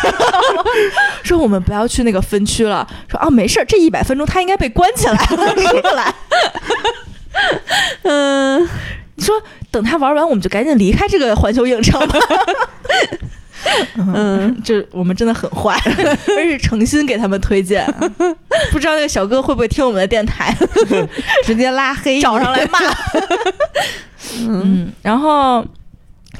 Speaker 1: *laughs* 说我们不要去那个分区了。说啊，没事儿，这一百分钟他应该被关起来了， *laughs* 出不来。嗯，你说等他玩完，我们就赶紧离开这个环球影城吧。 *laughs* 嗯，就是我们真的很 *laughs* 坏，而且诚心给他们推荐啊。不知道那个小哥会不会听我们的电 *laughs* 台，
Speaker 3: *laughs* 直接拉黑你
Speaker 1: 找
Speaker 3: *laughs*
Speaker 1: 上来骂。
Speaker 3: 嗯
Speaker 1: 嗯，然后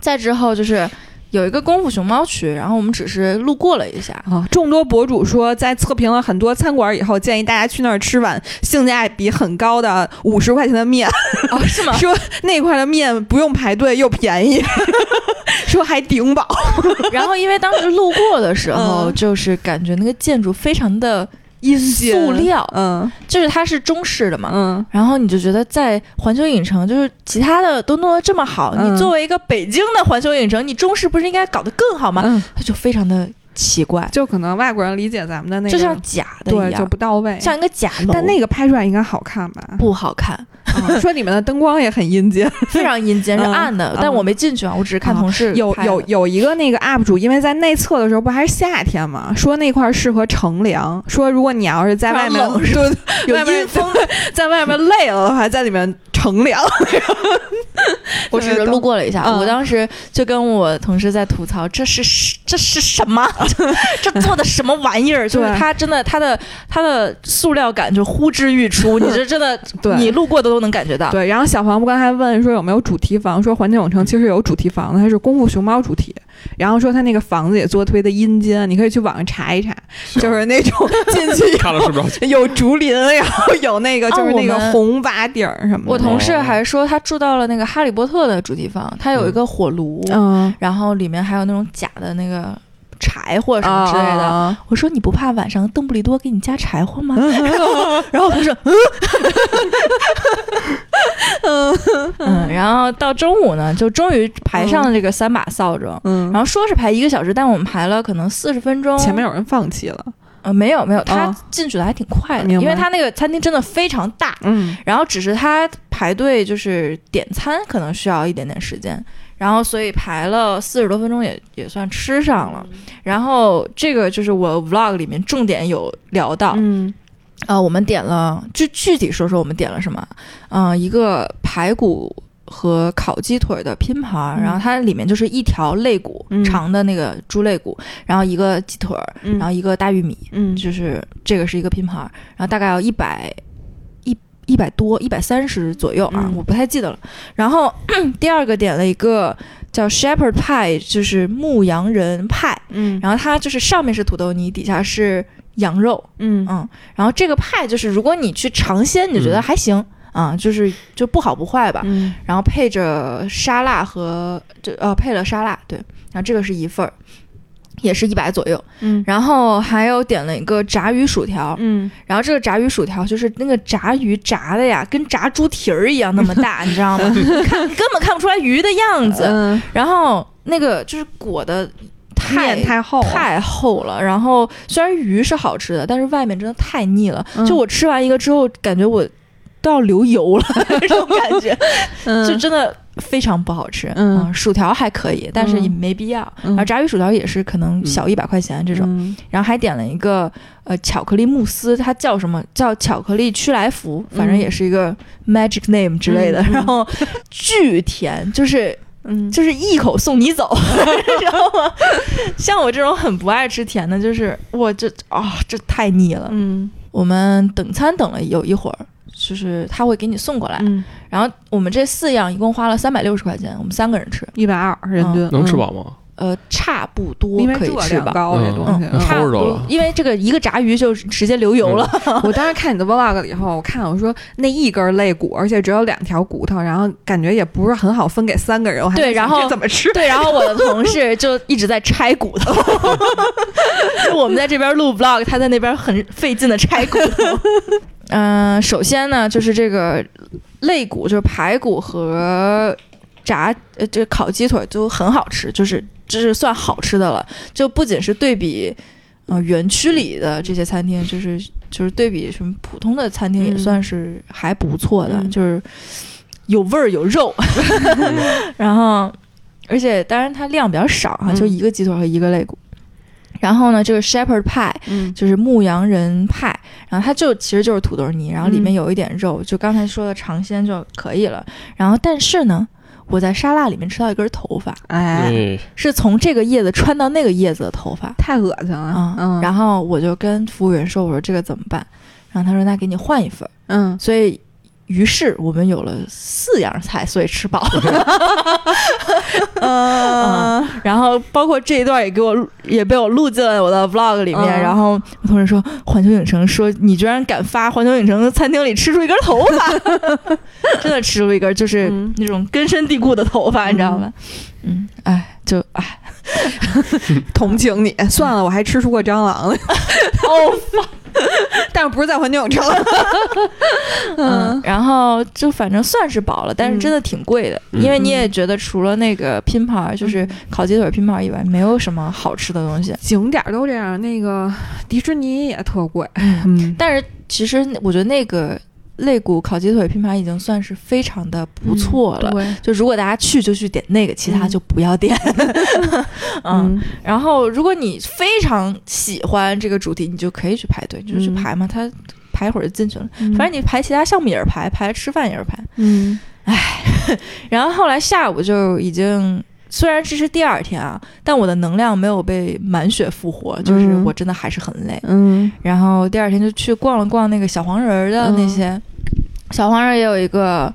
Speaker 1: 再之后就是有一个功夫熊猫区，然后我们只是路过了一下，
Speaker 3: 啊！众多博主说，在测评了很多餐馆以后，建议大家去那儿吃碗性价比很高的五十块钱的 *laughs* 面，
Speaker 1: 哦，是吗
Speaker 3: 说那块的面不用排队又便宜， *laughs* 说还顶饱。
Speaker 1: 然后因为当时路过的时候，
Speaker 3: 嗯
Speaker 1: 就是感觉那个建筑非常的，
Speaker 3: 阴
Speaker 1: 间塑料
Speaker 3: *laughs* 嗯
Speaker 1: 就是它是中式的嘛。
Speaker 3: 嗯，
Speaker 1: 然后你就觉得在环球影城，就是其他的都弄得这么好，
Speaker 3: 嗯
Speaker 1: 你作为一个北京的环球影城，你中式不是应该搞得更好吗？
Speaker 3: 嗯，
Speaker 1: 它就非常的奇怪，
Speaker 3: 就可能外国人理解咱们的那个，
Speaker 1: 就像假的一
Speaker 3: 对就
Speaker 1: 样，
Speaker 3: 不到位。
Speaker 1: 像一个假楼，
Speaker 3: 但那个拍出来应该好看吧？
Speaker 1: 不好
Speaker 3: *laughs*
Speaker 1: 看，
Speaker 3: 啊说你们的灯光也很阴间。
Speaker 1: 非常阴间，是
Speaker 3: 嗯
Speaker 1: 暗的。但
Speaker 3: 嗯
Speaker 1: 我没进去啊，我只是看
Speaker 3: 啊
Speaker 1: 同事
Speaker 3: 有
Speaker 1: 拍的
Speaker 3: 有有一个那个 UP 主，因为在内测的时候不还是夏天嘛，说那块儿适合乘凉，说如果你要是在外面
Speaker 1: 非常冷是
Speaker 3: 对 *laughs*
Speaker 1: 有
Speaker 3: 外面
Speaker 1: 阴风，
Speaker 3: 在外面累了的话，在里面乘凉。
Speaker 1: *laughs* 我只是路过了一下，
Speaker 3: 嗯 *laughs*
Speaker 1: 我当时就跟我同事在吐槽，这是这是什么？这做的什么玩意儿？就是
Speaker 3: 对
Speaker 1: 它真的，它的它的塑料感就呼之欲出，你这真的
Speaker 3: *laughs* 对
Speaker 1: 你路过的都能感觉到。
Speaker 3: 对，然后小房不刚才问说有没有主题房，说环球影城其实有主题房的，它是功夫熊猫主题，然后说它那个房子也做得特别的阴间，你可以去网上查一查，就是那种 *laughs* 进去
Speaker 2: *laughs* 看了睡
Speaker 1: *laughs*
Speaker 2: 不着觉。
Speaker 3: 有有竹林，然后有那个
Speaker 1: 啊
Speaker 3: 就是那
Speaker 1: 我
Speaker 3: 个
Speaker 1: 们
Speaker 3: 红瓦顶儿什么
Speaker 1: 我
Speaker 3: 的，
Speaker 1: 同事还说他住到了那个《哈利波特》的主题房，他有一个火炉，
Speaker 3: 嗯
Speaker 1: 然后里面还有那种假的那个柴火什么之类的。
Speaker 3: 啊
Speaker 1: 我说你不怕晚上邓布利多给你加柴火
Speaker 3: *laughs*
Speaker 1: 吗？然后然后他说嗯，嗯， *laughs* 然后到中午呢，就终于排上了这个三把扫帚。
Speaker 3: 嗯，
Speaker 1: 然后说是排一个小时，但我们排了可能四十分钟。
Speaker 3: 前面有人放弃了，
Speaker 1: 呃没有没有，他
Speaker 3: 哦
Speaker 1: 进去的还挺快的，
Speaker 3: 明白
Speaker 1: 因为他那个餐厅真的非常大，
Speaker 3: 嗯
Speaker 1: 然后只是他排队就是点餐可能需要一点点时间，然后所以排了四十多分钟也也算吃上了。
Speaker 3: 嗯
Speaker 1: 然后这个就是我 vlog 里面重点有聊到，
Speaker 3: 嗯
Speaker 1: 呃，我们点了具具体说说我们点了什么啊？呃，一个排骨和烤鸡腿的拼盘儿，
Speaker 3: 嗯
Speaker 1: 然后它里面就是一条肋骨、
Speaker 3: 嗯
Speaker 1: 长的那个猪肋骨，然后一个鸡腿儿，
Speaker 3: 嗯
Speaker 1: 然后一个大玉米，
Speaker 3: 嗯
Speaker 1: 就是这个是一个拼盘儿，然后大概要一百一一百多，一百三十左右啊，
Speaker 3: 嗯
Speaker 1: 我不太记得了。然后 *clears throat* 第二个点了一个叫 shepherd pie，就是牧羊人派，
Speaker 3: 嗯
Speaker 1: 然后它就是上面是土豆泥，底下是羊肉，
Speaker 3: 嗯
Speaker 1: 嗯，然后这个派就是如果你去尝鲜，你觉得
Speaker 2: 嗯
Speaker 1: 还行。啊，就是就不好不坏吧，
Speaker 3: 嗯
Speaker 1: 然后配着沙拉和这呃配了沙拉，对，然后这个是一份儿，也是一百左右，
Speaker 3: 嗯
Speaker 1: 然后还有点了一个炸鱼薯条，
Speaker 3: 嗯
Speaker 1: 然后这个炸鱼薯条就是那个炸鱼炸的呀，跟炸猪蹄儿一样那么
Speaker 3: *laughs*
Speaker 1: 大，你知道吗？看根本看不出来鱼的样子。
Speaker 3: 嗯，
Speaker 1: 然后那个就是裹的太
Speaker 3: 面太厚了，
Speaker 1: 太厚了，然后虽然鱼是好吃的，但是外面真的太腻了。
Speaker 3: 嗯
Speaker 1: 就我吃完一个之后，感觉我都要流油了
Speaker 3: *laughs*
Speaker 1: 那种感觉，就
Speaker 3: 嗯
Speaker 1: 真的非常不好吃。啊
Speaker 3: 嗯
Speaker 1: 薯条还可以，但是也没必要。
Speaker 3: 嗯
Speaker 1: 而炸鱼薯条也是可能小一百块钱这种。
Speaker 3: 嗯
Speaker 1: 然后还点了一个呃巧克力慕斯，它叫什么叫巧克力屈来福，反正
Speaker 3: 嗯
Speaker 1: 也是一个 magic name 之类的。
Speaker 3: 嗯嗯
Speaker 1: 然后巨甜，就是
Speaker 3: 嗯
Speaker 1: 就是一口送你
Speaker 3: *laughs*
Speaker 1: 走，知道吗？像我这种很不爱吃甜的，就是我这啊、这太腻了。
Speaker 3: 嗯
Speaker 1: 我们等餐等了有一会儿。就是他会给你送过来，
Speaker 3: 嗯
Speaker 1: 然后我们这四样一共花了三百六十块钱，我们三个人吃，
Speaker 3: 一百二人均
Speaker 1: 嗯
Speaker 2: 能吃饱吗？
Speaker 1: 呃，差不多
Speaker 3: 因为
Speaker 1: 可以
Speaker 3: 热
Speaker 1: 吃
Speaker 3: 量
Speaker 1: 吧，
Speaker 3: 高这东西。
Speaker 2: 嗯
Speaker 3: 嗯
Speaker 1: 差不
Speaker 2: 齁着
Speaker 1: 多
Speaker 2: 了，
Speaker 1: 因为这个一个炸鱼就直接流油了，
Speaker 3: 我当时看你的 vlog 了以后，我看我说那一根肋骨，而且只有两条骨头，然后感觉也不是很好分给三个人。我还
Speaker 1: 对
Speaker 3: 在想
Speaker 1: 然后
Speaker 3: 这怎么吃？
Speaker 1: 对，然后我的同事就一直在拆骨头， *laughs* 就我们在这边录 vlog，他在那边很费劲的拆骨头。 *laughs* 嗯、首先呢，就是这个肋骨，就是排骨和炸呃，这烤鸡腿都很好吃，就是这是算好吃的了。就不仅是对比，呃，园区里的这些餐厅，就是就是对比什么普通的餐厅，也
Speaker 3: 嗯
Speaker 1: 算是还不错的，
Speaker 3: 嗯
Speaker 1: 就是有味儿有肉，然后而且当然它量比较少哈、
Speaker 3: 嗯
Speaker 1: 就一个鸡腿和一个肋骨。然后呢，这个 shepherd pie
Speaker 3: 嗯
Speaker 1: 就是牧羊人派，然后它就其实就是土豆泥，然后里面有一点肉，就刚才说的尝鲜就可以了。然后但是呢，我在沙拉里面吃到一根头发，
Speaker 3: 哎，
Speaker 2: 哎，
Speaker 1: 是从这个叶子穿到那个叶子的头发
Speaker 3: 太恶心了
Speaker 1: 啊。。然后我就跟服务员说：“我说这个怎么办？”然后他说：“那给你换一份。”
Speaker 3: 嗯
Speaker 1: 所以。于是我们有了四样菜，所以吃饱了。
Speaker 3: 嗯
Speaker 1: 然后包括这一段也给我录也被我录进了我的 vlog 里面。
Speaker 3: 嗯
Speaker 1: 然后我同事说，环球影城说你居然敢发环球影城餐厅里吃出一根头发， *laughs* 真的吃出一根，就是
Speaker 3: 嗯
Speaker 1: 那种根深蒂固的头发，你知道吧？嗯，哎，就哎，
Speaker 3: 同情你。哎算了，我还吃出过蟑 *laughs* 螂了，
Speaker 1: 哦，
Speaker 3: *laughs* 但是不是在环球影城。
Speaker 1: 嗯，然后就反正算是饱了，但是真的挺贵的，
Speaker 2: 嗯
Speaker 1: 因为你也觉得除了那个拼盘儿，就是烤鸡腿拼盘儿以外，没有什么好吃的东西。
Speaker 3: 景点都这样，那个迪士尼也特贵。
Speaker 1: 嗯，
Speaker 3: 嗯，
Speaker 1: 但是其实我觉得那个肋骨烤鸡腿拼盘已经算是非常的不
Speaker 3: 嗯
Speaker 1: 错了。
Speaker 3: 对，
Speaker 1: 就如果大家去就去点那个，其他就不要 *laughs* 点。嗯，
Speaker 3: 嗯
Speaker 1: 然后如果你非常喜欢这个主题，你就可以去排队，你就去
Speaker 3: 嗯
Speaker 1: 排嘛，它排一会儿就进去了。
Speaker 3: 嗯
Speaker 1: 反正你排其他项目也是排，排吃饭也是排。
Speaker 3: 嗯
Speaker 1: 然后后来下午就已经虽然这是第二天啊，但我的能量没有被满血复活，就是
Speaker 3: 嗯
Speaker 1: 我真的还是很累。
Speaker 3: 嗯
Speaker 1: 然后第二天就去逛了逛那个小黄人儿的那
Speaker 3: 嗯
Speaker 1: 些，小黄人儿也有一个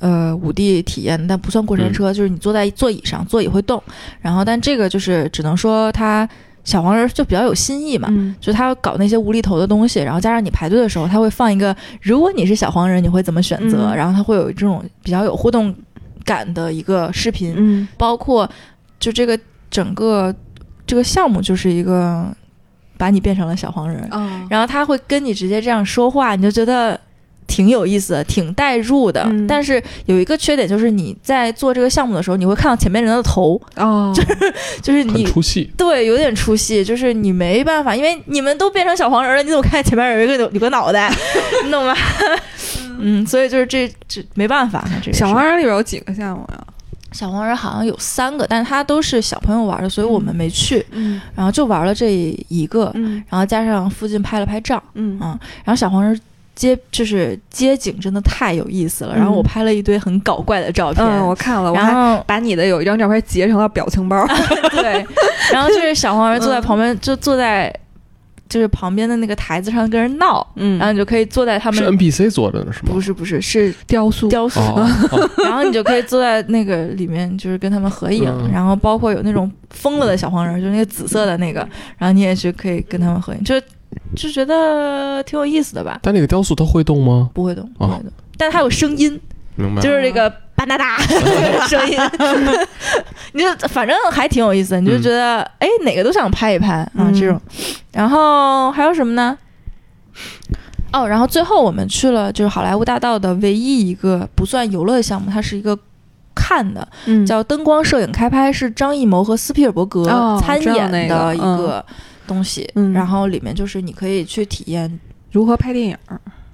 Speaker 1: 呃五 D 体验，但不算过山
Speaker 3: 嗯
Speaker 1: 车，就是你坐在座椅上，座椅会动。然后但这个就是只能说它小黄人儿就比较有新意嘛。
Speaker 3: 嗯
Speaker 1: 就他搞那些无厘头的东西，然后加上你排队的时候，他会放一个，如果你是小黄人，你会怎么选择？
Speaker 3: 嗯
Speaker 1: 然后他会有这种比较有互动感的一个视频，
Speaker 3: 嗯
Speaker 1: 包括就这个整个这个项目就是一个把你变成了小黄人，
Speaker 3: 啊
Speaker 1: 然后他会跟你直接这样说话，你就觉得挺有意思的，挺带入的。
Speaker 3: 嗯
Speaker 1: 但是有一个缺点就是你在做这个项目的时候，你会看到前面人的 *laughs* 头，
Speaker 3: 哦，就是
Speaker 1: 就是
Speaker 2: 很
Speaker 1: 你。
Speaker 2: 出戏。
Speaker 1: 对，有点出戏，就是你没办法，因为你们都变成小黄人了，你怎么看见前面有一个有有个脑 *laughs* 袋，你懂吗？嗯，所以就是这这没办法，这个
Speaker 3: *laughs* 小
Speaker 1: 事儿
Speaker 3: 黄人里边有几个项目啊呀？
Speaker 1: 小黄人好像有三个，但是它都是小朋友玩的，所以我们没去，
Speaker 3: 嗯
Speaker 1: 然后就玩了这一个，
Speaker 3: 嗯
Speaker 1: 然后加上附近拍了拍照，
Speaker 3: 嗯
Speaker 1: 然后小黄人街就是街景真的太有意思了，
Speaker 3: 嗯
Speaker 1: 然后我拍了一堆很搞怪的照片，
Speaker 3: 嗯，我看了，我
Speaker 1: 然
Speaker 3: 还
Speaker 1: 后啊
Speaker 3: 把你的有一张照片截成了表情包。
Speaker 1: *laughs* 对，然后就是小黄人坐在
Speaker 3: 嗯
Speaker 1: 旁边，就坐在就是旁边的那个台子上跟人闹，
Speaker 3: 嗯
Speaker 1: 然后你就可以坐在他
Speaker 2: 是
Speaker 1: 们
Speaker 2: NPC 做的呢是吗
Speaker 1: 啊不？是不是是
Speaker 3: 雕塑
Speaker 1: 雕塑，
Speaker 2: 哦，哦
Speaker 1: *laughs* 然后你就可以坐在那个里面，就是跟他们合影，
Speaker 2: 嗯
Speaker 1: 然后包括有那种疯了的小黄人，就是那个紫色的那个，然后你也去可以跟他们合影，就就觉得挺有意思的吧。
Speaker 2: 但那个雕塑它会动吗？
Speaker 1: 不会动，不
Speaker 2: 哦
Speaker 1: 会动，但是它有声音，
Speaker 2: 明白
Speaker 3: 嗯
Speaker 1: 就。是这个吧嗒嗒 *laughs* 声音，你就反正还挺有意思的，你就觉得哎、哪个都想拍一拍啊
Speaker 3: 嗯
Speaker 1: 这种。 *laughs* 然后还有什么呢？哦，然后最后我们去了就是好莱坞大道的唯一一个不算游乐项目，它是一个。看的
Speaker 3: 嗯
Speaker 1: 叫灯光摄影开拍，是张艺谋和斯皮尔伯格
Speaker 3: 哦
Speaker 1: 参
Speaker 3: 知道
Speaker 1: 演
Speaker 3: 那
Speaker 1: 的
Speaker 3: 个
Speaker 1: 一
Speaker 3: 嗯
Speaker 1: 个东西，
Speaker 3: 嗯
Speaker 1: 然后里面就是你可以去体验，
Speaker 3: 如何拍电影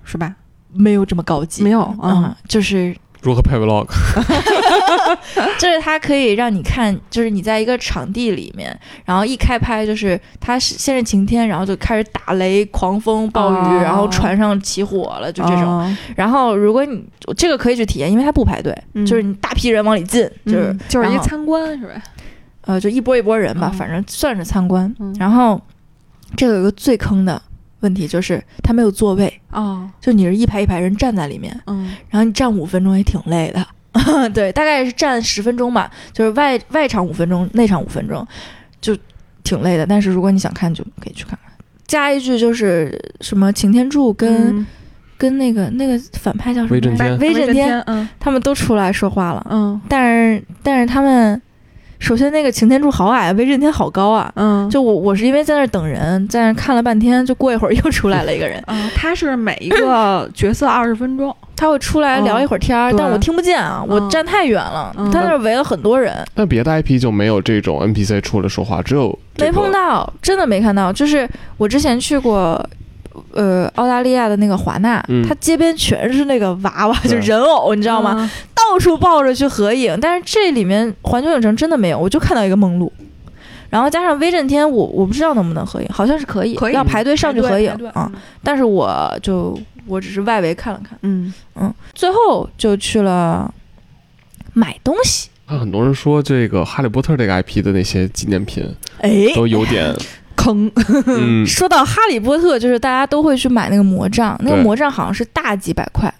Speaker 3: 是吧？
Speaker 1: 没有这么高级，
Speaker 3: 没有
Speaker 1: 啊、
Speaker 3: 啊，
Speaker 1: 就是
Speaker 2: 如何拍 vlog？
Speaker 1: 就是它可以让你看，就是你在一个场地里面，然后一开拍就是它是先是晴天，然后就开始打雷、狂风、暴雨，
Speaker 3: 哦
Speaker 1: 然后船上起火了，就这种。
Speaker 3: 哦，
Speaker 1: 然后如果你这个可以去体验，因为它不排队，
Speaker 3: 嗯
Speaker 1: 就是你大批人往里进，就是、
Speaker 3: 嗯就是一
Speaker 1: 然
Speaker 3: 个
Speaker 1: 后
Speaker 3: 参观是吧？
Speaker 1: 呃就一波一波人吧，
Speaker 3: 哦
Speaker 1: 反正算是参观。
Speaker 3: 嗯
Speaker 1: 然后这个有一个最坑的问题就是它没有座位，
Speaker 3: 哦，
Speaker 1: 就你是一排一排人站在里面，
Speaker 3: 嗯
Speaker 1: 然后你站五分钟也挺累的， *laughs* 对，大概是站十分钟吧，就是外外场五分钟，内场五分钟，就挺累的。但是如果你想看，就可以去看看。加一句就是什么擎天柱跟、
Speaker 3: 嗯
Speaker 1: 跟那个那个反派叫什么
Speaker 2: 威震
Speaker 1: 来着？
Speaker 2: 天
Speaker 1: 威震天，
Speaker 3: 嗯
Speaker 1: 他们都出来说话了，
Speaker 3: 嗯
Speaker 1: 但是但是他们首先那个擎天柱好矮，威震天好高啊。
Speaker 3: 嗯，
Speaker 1: 就我我是因为在那儿等人，在那儿看了半天，就过一会儿又出来了一个人，
Speaker 3: 嗯，他是每一
Speaker 1: *clears throat*
Speaker 3: 个角色二十分钟，
Speaker 1: 他会出来聊一会儿天儿，
Speaker 3: 嗯对
Speaker 1: 但我听不见啊，我
Speaker 3: 嗯
Speaker 1: 站太远了，
Speaker 3: 嗯
Speaker 1: 他那儿围了很多人，
Speaker 2: 但别的 IP 就没有这种 NPC 出来说话，只有这
Speaker 1: 没
Speaker 2: 个
Speaker 1: 碰到，真的没看到。就是我之前去过，呃，澳大利亚的那个华纳，
Speaker 2: 嗯
Speaker 1: 它街边全是那个娃娃，
Speaker 2: 对
Speaker 1: 就人偶，你
Speaker 3: 知
Speaker 1: 知道吗？？到处抱着去合影，但是这里面环球影城真的没有，我就看到一个梦露。然后加上威震天，我我不知道能不能合影，好像是可以，
Speaker 3: 可以
Speaker 1: 要排队上去合影
Speaker 3: 排队嗯
Speaker 1: 啊。，但是我就我只是外围看了看，
Speaker 3: 嗯
Speaker 1: 最后就去了买东西。
Speaker 2: 看很多人说这个《哈利波特》这个 IP 的那些纪念品
Speaker 1: 哎，
Speaker 2: 都有
Speaker 1: *laughs*
Speaker 2: 点，
Speaker 3: 坑，
Speaker 2: 嗯，
Speaker 1: 说到哈利波特，就是大家都会去买那个魔杖，那个
Speaker 2: 对
Speaker 1: 魔杖好像是大几百块，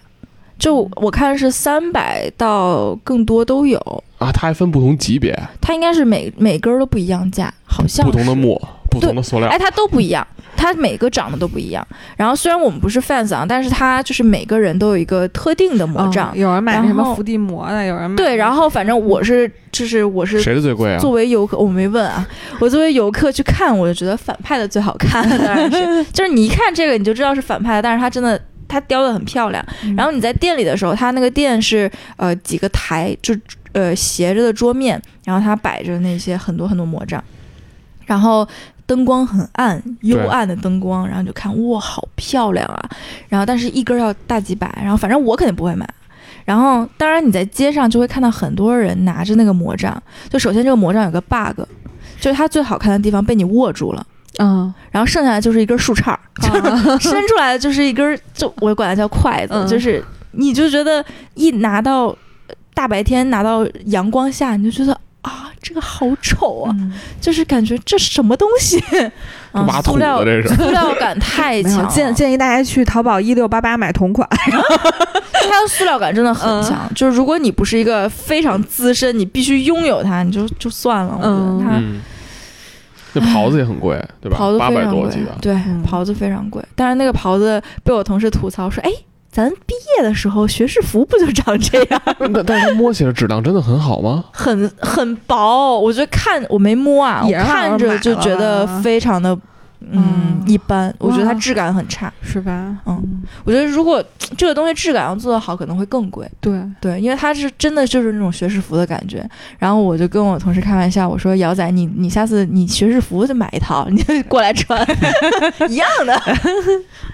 Speaker 1: 就我看是三百到更多都有，
Speaker 2: 啊，它还分不同级别、
Speaker 1: 它应该是每每根儿都不一样价，好像
Speaker 2: 不同的
Speaker 1: 是。
Speaker 2: 墨、不同的塑料
Speaker 1: 哎，，它都不一样，它每个长得都不一样。然后虽然我们不是 fans 啊，但是它就是每个人都有一个特定的魔杖。
Speaker 3: 嗯有人买那什
Speaker 1: 然后
Speaker 3: 么伏地魔的，有人买
Speaker 1: 对，然后反正我是，就是我是
Speaker 2: 谁的最贵啊？
Speaker 1: 作为游客，我没问啊。我作为游客去看，我就觉得反派的最好看，当然是，就是你一看这个你就知道是反派的，但是它真的它雕的很漂亮。
Speaker 3: 嗯
Speaker 1: 然后你在店里的时候，它那个店是呃几个台，就呃斜着的桌面，然后它摆着那些很多很多魔杖，然后。灯光很暗，幽
Speaker 2: 对
Speaker 1: 暗的灯光，然后你就看哇，好漂亮啊！然后但是一根儿要大几百，然后反正我肯定不会买。然后当然你在街上就会看到很多人拿着那个魔杖，就首先这个魔杖有个 bug，就是它最好看的地方被你握住了，
Speaker 3: 嗯，
Speaker 1: *laughs* 然后剩下的就是一根树杈儿， *laughs*
Speaker 3: 啊
Speaker 1: 伸出来的就是一根儿，就我管它叫筷子，
Speaker 3: 嗯
Speaker 1: 就是你就觉得一拿到呃大白天拿到阳光下，你就觉得啊，这个好丑啊， *laughs*
Speaker 3: 嗯
Speaker 1: 就是感觉这什么东西，啊
Speaker 2: *laughs* 挖
Speaker 1: 塑
Speaker 2: 土的
Speaker 1: 料 *laughs*
Speaker 2: 这是。
Speaker 1: 塑料感太
Speaker 3: 没有
Speaker 1: 强啊了，
Speaker 3: 建建议大家去淘宝一六八八
Speaker 1: *laughs*
Speaker 3: 买同款，
Speaker 1: 它的塑料感真的很强。就是如果你不是一个非常资深，你必须拥有它，你就就算了。我觉
Speaker 3: 嗯
Speaker 1: 得它
Speaker 2: 嗯，那袍子也很贵，对吧
Speaker 1: 袍？子
Speaker 2: 八
Speaker 1: 非
Speaker 2: 百
Speaker 1: 常
Speaker 2: 多，
Speaker 1: 贵
Speaker 2: 我记得，。
Speaker 1: 对
Speaker 3: 嗯，
Speaker 1: 袍子非常贵。但是那个袍子被我同事吐槽说：“哎，咱毕业的时候学士服不就长这样，
Speaker 2: 那但是它摸起来质量真的很好吗？
Speaker 1: 很很薄？”我觉得看我没摸啊，我
Speaker 3: 也让人
Speaker 1: 看着就觉得
Speaker 3: 买了吧
Speaker 1: 非常的。嗯
Speaker 3: 嗯，
Speaker 1: 一般，我觉得它
Speaker 3: 哇
Speaker 1: 质感很差。
Speaker 3: 是吧？
Speaker 1: 嗯，我觉得如果这个东西质感要做得好，可能会更贵。
Speaker 3: 对，
Speaker 1: 对，因为它是真的就是那种学士服的感觉。然后我就跟我同事开玩笑，我说：“姚仔，你你下次你学士服就买一套，你就过来
Speaker 3: *laughs*
Speaker 1: 穿 *laughs* 一样的。”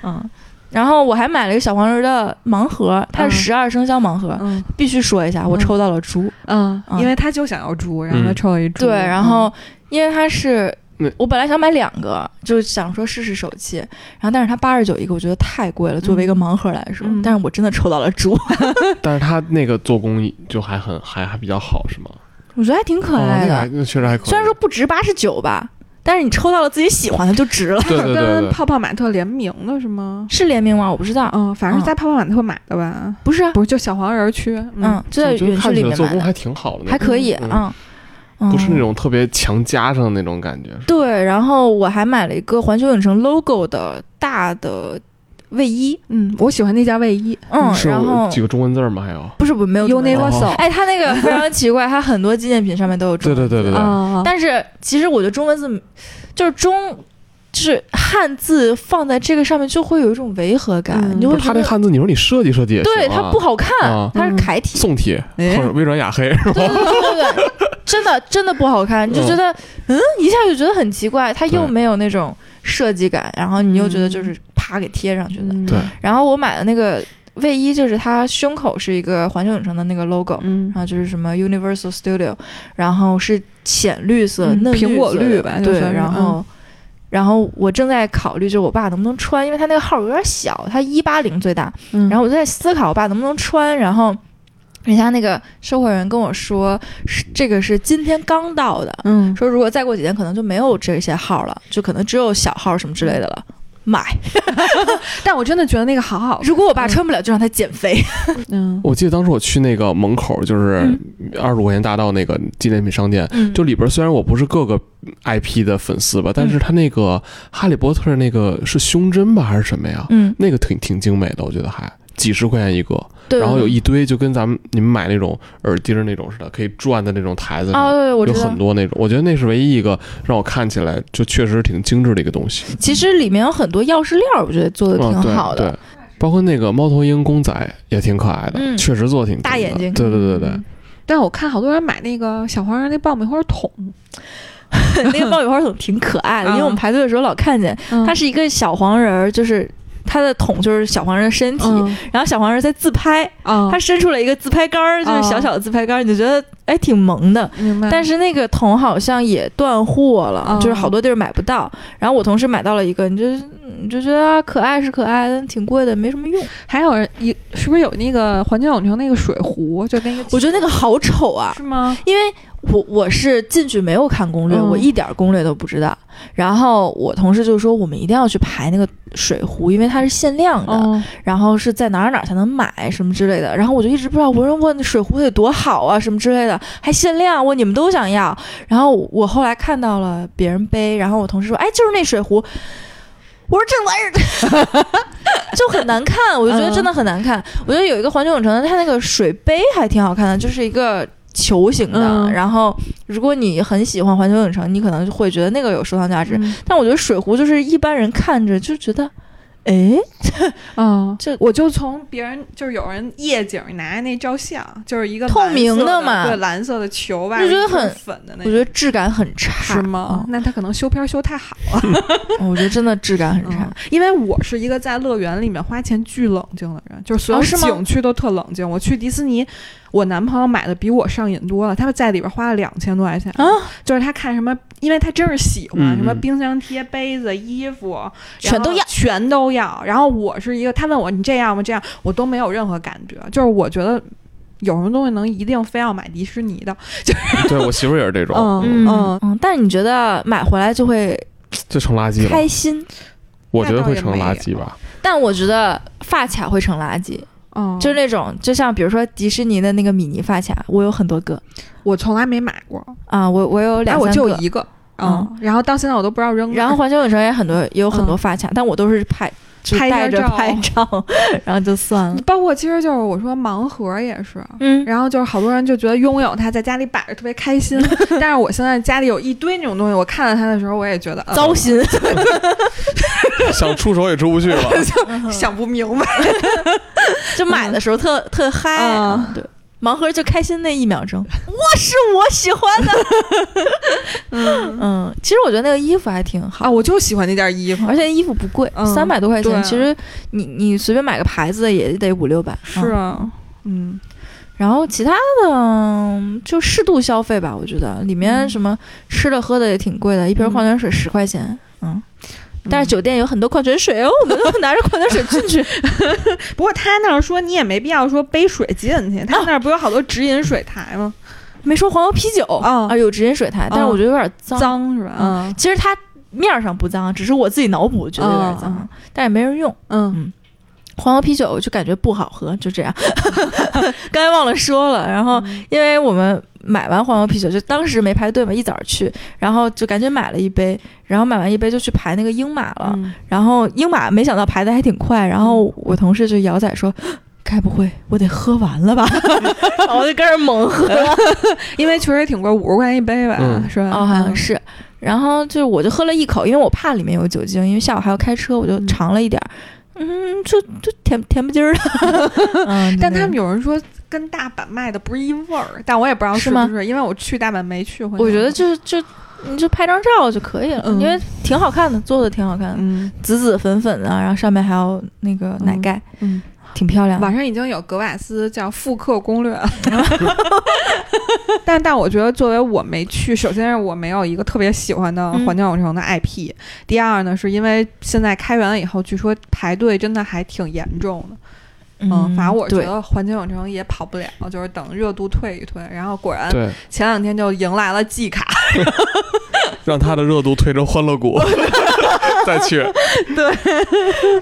Speaker 1: 嗯，然后我还买了一个小黄人的盲盒，它是十二生肖盲盒。
Speaker 3: 嗯
Speaker 1: 必须说一下，我
Speaker 3: 嗯
Speaker 1: 抽到了猪。
Speaker 3: 嗯，
Speaker 1: 嗯
Speaker 3: 因为他就想要猪，然后他
Speaker 2: 嗯
Speaker 3: 抽了一猪，
Speaker 1: 对，然后因为它是
Speaker 2: 那。
Speaker 1: 我本来想买两个，就想说试试手气，然后但是它八十九一个，我觉得太贵了，作为一个盲盒来说。
Speaker 3: 嗯
Speaker 1: 但是我真的抽到了猪，
Speaker 2: 但是它那个做工就还很还还比较好，是吗？
Speaker 1: 我觉得还挺可
Speaker 2: 哦
Speaker 1: 爱
Speaker 2: 那
Speaker 1: 的。
Speaker 2: 个还那确实还可以。
Speaker 1: 虽然说不值八十九吧，但是你抽到了自己喜欢的就值了。
Speaker 2: 对对对
Speaker 3: *laughs* 跟
Speaker 2: 对，
Speaker 3: 泡泡玛特联名的是吗？
Speaker 1: 是联名吗？我不知道，
Speaker 3: 嗯，反正是
Speaker 1: 嗯
Speaker 3: 在泡泡玛特买的吧？
Speaker 1: 不是啊，
Speaker 3: 不是，就小黄人区，
Speaker 1: 嗯，就在
Speaker 2: 我觉得
Speaker 1: 园区
Speaker 2: 看
Speaker 1: 里
Speaker 2: 起来
Speaker 1: 面
Speaker 2: 做
Speaker 1: 买
Speaker 2: 工
Speaker 1: 的，
Speaker 2: 还挺好的，那
Speaker 1: 还可以，嗯，
Speaker 2: 嗯个
Speaker 1: 嗯
Speaker 2: 不是那。种特别强加上的那种感觉。是吧
Speaker 1: 对，然后我还买了一个环球影城 logo 的大的卫衣，
Speaker 3: 嗯，我喜欢那件卫衣，
Speaker 1: 嗯，
Speaker 2: 是
Speaker 1: 然后
Speaker 2: 有几个中文字儿吗？还有
Speaker 1: 不是不没有中文字
Speaker 2: 哦
Speaker 3: Universal，
Speaker 1: 哎，它那个非常奇怪，它很多纪念品上面都有中文字，
Speaker 2: 对对对对
Speaker 3: 啊，
Speaker 1: 但是其实我觉得中文字就是中就是汉字放在这个上面就会有一种违和感，
Speaker 3: 嗯
Speaker 1: 你就
Speaker 2: 不
Speaker 1: 会觉
Speaker 2: 是它这
Speaker 1: 得
Speaker 2: 汉字，你说你设计设计也行啊，
Speaker 1: 对它不好看，
Speaker 2: 啊
Speaker 1: 它
Speaker 3: 嗯
Speaker 1: 是楷体，
Speaker 2: 宋体
Speaker 3: 哎
Speaker 2: 或者微软
Speaker 1: *laughs*
Speaker 2: 雅黑，
Speaker 1: 对对对对对，真的真的不好看，你就觉得嗯一下就觉得很奇怪，它又
Speaker 2: 对
Speaker 1: 没有那种设计感，然后你又觉得就是啪给贴上去的。
Speaker 3: 嗯
Speaker 2: 对
Speaker 1: 然后我买的那个卫衣，就是它胸口是一个环球影城的那个 logo，
Speaker 3: 嗯
Speaker 1: 然后就是什么 Universal Studio，然后是浅绿色、
Speaker 3: 嗯
Speaker 1: 嫩色的
Speaker 3: 苹果绿吧就
Speaker 1: 对，
Speaker 3: 算是嗯
Speaker 1: 然后。然后我正在考虑，就是我爸能不能穿，因为他那个号有点小，他一八零最大，
Speaker 3: 嗯
Speaker 1: 然后我就在思考我爸能不能穿，然后人家那个售货员跟我说，是这个是今天刚到的，
Speaker 3: 嗯，
Speaker 1: 说如果再过几天可能就没有这些号了，就可能只有小号什么之类的了。买，
Speaker 3: 但我真的觉得那个好好，
Speaker 1: 如果我爸穿不了，就让他减肥。
Speaker 3: 嗯
Speaker 2: 我记得当时我去那个门口，就是二十五块钱大道那个纪念品商店，
Speaker 1: 嗯
Speaker 2: 就里边虽然我不是各个 IP 的粉丝吧，但
Speaker 1: 嗯
Speaker 2: 是他那个哈利波特那个是胸针吧还是什么呀？
Speaker 1: *laughs* 嗯，
Speaker 2: 那个挺挺精美的，我觉得还几十块钱一个，
Speaker 1: 对。
Speaker 2: 然后有一堆就跟咱们你们买那种耳钉儿那种似的，可以转的那种台子
Speaker 1: 啊，
Speaker 2: 上，
Speaker 1: 对对，我
Speaker 2: 有
Speaker 1: 知道
Speaker 2: 很。多那种。我觉得那是唯一一个让我看起来就确实挺精致的一个东西，
Speaker 1: 其实里面有很多钥匙链儿，我觉得做的
Speaker 2: 嗯，
Speaker 1: 挺
Speaker 2: 对
Speaker 1: 好的。
Speaker 2: 对。包括那个猫头鹰公仔也挺可爱的，
Speaker 1: 嗯
Speaker 2: 确实做得挺
Speaker 1: 大
Speaker 2: 精的
Speaker 1: 眼睛嗯
Speaker 2: 对对对对，
Speaker 3: 嗯但我看好多人买那个小黄人那爆米花桶，
Speaker 1: *laughs* 那个爆米花桶挺可爱的，因为我们
Speaker 3: 嗯
Speaker 1: 排队的时候老看见，它是一个小黄人儿，就是它的桶就是小黄人的
Speaker 3: 嗯
Speaker 1: 身体，然后小黄人在自拍，
Speaker 3: 啊，
Speaker 1: 他伸出了一个自拍杆儿，就是
Speaker 3: 哦
Speaker 1: 小小的自拍杆儿，你就觉得哎挺萌的。
Speaker 3: 明白，
Speaker 1: 但是那个桶好像也断货了，
Speaker 3: 哦
Speaker 1: 就是好多地儿买不到。然后我同事买到了一个，你就你就觉得、啊、可爱是可爱，但挺贵的，没什么用。
Speaker 3: 还有人一是不是有那个环球影城那个水壶，就那个
Speaker 1: 我觉得那个好丑啊，
Speaker 3: 是吗？
Speaker 1: 因为我我是进去没有看攻略，
Speaker 3: 嗯
Speaker 1: 我一点儿攻略都不知道。然后我同事就说我们一定要去排那个水壶，因为它是限量的。
Speaker 3: 哦，
Speaker 1: 然后是在哪儿哪儿才能买什么之类的，然后我就一直不知道，我说问水壶得多好啊什么之类的，还限量，我你们都想要。然后我后来看到了别人背，然后我同事说，哎，就是那水壶。我说这玩意儿 *laughs* 就很难看，我就觉得真的很难看。我觉得有一个环球影城的，它那个水杯还挺好看的，就是一个球形的。
Speaker 3: 嗯
Speaker 1: 然后如果你很喜欢环球影城，你可能就会觉得那个有收藏价值。
Speaker 3: 嗯
Speaker 1: 但我觉得水壶就是一般人看着就觉得，哎，
Speaker 3: 嗯，
Speaker 1: 这
Speaker 3: 我就从别人就是有人夜景拿那照相，就是一个
Speaker 1: 透
Speaker 3: 蓝色
Speaker 1: 明的
Speaker 3: 的
Speaker 1: 嘛
Speaker 3: 对，蓝色的球吧，
Speaker 1: 就觉得
Speaker 3: 一个
Speaker 1: 很
Speaker 3: 粉的
Speaker 1: 我
Speaker 3: 那
Speaker 1: 觉
Speaker 3: 个。
Speaker 1: 得质感很差，
Speaker 3: 是吗？那他可能修片儿修太好了，
Speaker 1: 嗯？我觉得真的质感很差
Speaker 3: *laughs* 嗯。因为我是一个在乐园里面花钱巨冷静的人，就是所有
Speaker 1: 哦是吗
Speaker 3: 景区都特冷静。我去迪士尼，我男朋友买的比我上瘾多了，他在里边花了两千多块钱，
Speaker 1: 啊，
Speaker 3: 就是他看什么，因为他真是喜欢、
Speaker 2: 嗯嗯
Speaker 3: 什么冰箱贴、杯子、衣服，
Speaker 1: 全都
Speaker 3: 然后
Speaker 1: 要
Speaker 3: 全都要。然后我是一个，他问我你这样吗？这样我都没有任何感觉，就是我觉得有什么东西能一定非要买迪士尼的？
Speaker 2: 对我媳妇儿也是这种，
Speaker 3: 嗯嗯
Speaker 1: 嗯，但是你觉得买回来就会
Speaker 2: 就成垃圾了。
Speaker 1: 开心？
Speaker 2: 我觉得会成垃圾吧。
Speaker 1: 但我觉得发卡会成垃圾，
Speaker 3: 嗯，
Speaker 1: 就是那种就像比如说迪士尼的那个米妮发卡，我有很多个
Speaker 3: 我从来没买过，
Speaker 1: 啊，我我有
Speaker 3: 哎，
Speaker 1: 两
Speaker 3: 我
Speaker 1: 三
Speaker 3: 就
Speaker 1: 个。
Speaker 3: 一个，
Speaker 1: 嗯
Speaker 3: 嗯，然后到现在我都不知道扔哪儿。
Speaker 1: 然后环球影城也很多，也有很多
Speaker 3: 嗯
Speaker 1: 发卡，但我都是拍，就
Speaker 3: 拍一下
Speaker 1: 带着
Speaker 3: 照嗯
Speaker 1: 拍照，然后就算了。
Speaker 3: *laughs* 包括其实就是我说盲盒也是，
Speaker 1: 嗯，
Speaker 3: 然后就是好多人就觉得拥有它在家里摆着特别开
Speaker 1: *laughs*
Speaker 3: 心，但是我现在家里有一堆那种东西，我看到它的时候我也觉得嗯
Speaker 1: 糟
Speaker 3: 心，
Speaker 1: 心。
Speaker 2: 想出手也出不
Speaker 1: *laughs*
Speaker 2: 去了。
Speaker 3: 想不明白。
Speaker 1: 就买的时候特、特嗨、
Speaker 3: 嗯
Speaker 1: 对，盲盒就开心那一秒
Speaker 3: *laughs*
Speaker 1: 钟，我是我喜欢的，
Speaker 3: 嗯
Speaker 1: 嗯，其实我觉得那个衣服还挺好，
Speaker 3: 啊，我就喜欢那件衣服，
Speaker 1: 而且衣服不贵，
Speaker 3: 嗯
Speaker 1: 三百、多块
Speaker 3: 对
Speaker 1: 钱，
Speaker 3: 啊
Speaker 1: 其实你你随便买个牌子的也得五六百，
Speaker 3: 是
Speaker 1: 嗯
Speaker 3: 啊，嗯，
Speaker 1: 然后其他的嗯就适度消费吧，我觉得里面
Speaker 3: 嗯
Speaker 1: 什么吃的喝的也挺贵的，一瓶
Speaker 3: 嗯
Speaker 1: 矿泉水十块钱，嗯。但是酒店有很多矿泉水哦，我们
Speaker 3: *laughs*
Speaker 1: 都拿着矿泉水进去，
Speaker 3: 不过他那儿说你也没必要说背水进去，
Speaker 1: 啊
Speaker 3: 他那儿不有好多直饮水台吗？
Speaker 1: 没说黄油啤酒
Speaker 3: 啊
Speaker 1: 啊，有直饮水台，但是
Speaker 3: 啊
Speaker 1: 我觉得有点脏，
Speaker 3: 脏是吧？嗯
Speaker 1: 其实它面儿上不脏，只是我自己脑补觉得有点脏，
Speaker 3: 嗯
Speaker 1: 但也没人用。
Speaker 3: 嗯
Speaker 1: 黄油啤酒就感觉不好喝，就这样。 *laughs* 刚才忘了说了，然
Speaker 3: 哦
Speaker 1: 后因为我们买完黄油啤酒，就当时没排队嘛，一早去，然后就赶紧买了一杯，然后买完一杯就去排那个英马了，
Speaker 3: 嗯
Speaker 1: 然后英马没想到排的还挺快，然后我同事就摇仔说。该不会我得喝完了吧？然后我就跟着猛喝，
Speaker 3: 因为确实也挺贵，五十块钱一杯吧，
Speaker 2: 嗯
Speaker 3: 是吧？
Speaker 1: 哦，好像是。然后就是我就喝了一口，因为我怕里面有酒精，因为下午还要开车，我就
Speaker 3: 嗯
Speaker 1: 尝了一点儿。嗯，就就甜甜不唧儿 *laughs* 的。嗯，
Speaker 3: 但他们
Speaker 1: 对
Speaker 3: 有人说跟大阪卖的不是一味儿，但我也不知道
Speaker 1: 是
Speaker 3: 是
Speaker 1: 吗
Speaker 3: 不是，因为我去大阪没去过。
Speaker 1: 我觉得就就你就拍张照就可以了，
Speaker 3: 嗯
Speaker 1: 因为挺好看的，做的挺好看的，
Speaker 3: 嗯
Speaker 1: 紫紫粉粉的，然后上面还有那个奶盖，
Speaker 3: 嗯，
Speaker 1: 挺漂亮的。
Speaker 3: 网上已经有格瓦斯叫复刻攻略， *laughs* 但但我觉得作为我没去，首先是我没有一个特别喜欢的环球影城的 IP，、第二呢是因为现在开园了以后，据说排队真的还挺严重的。嗯，反正我觉
Speaker 1: 对，
Speaker 3: 得环球影城也跑不了，就是等热度退一退。然后果然
Speaker 2: 对，
Speaker 3: 前两天就迎来了季卡，
Speaker 2: 让它的热度推成欢
Speaker 1: *laughs*
Speaker 2: 乐谷，再去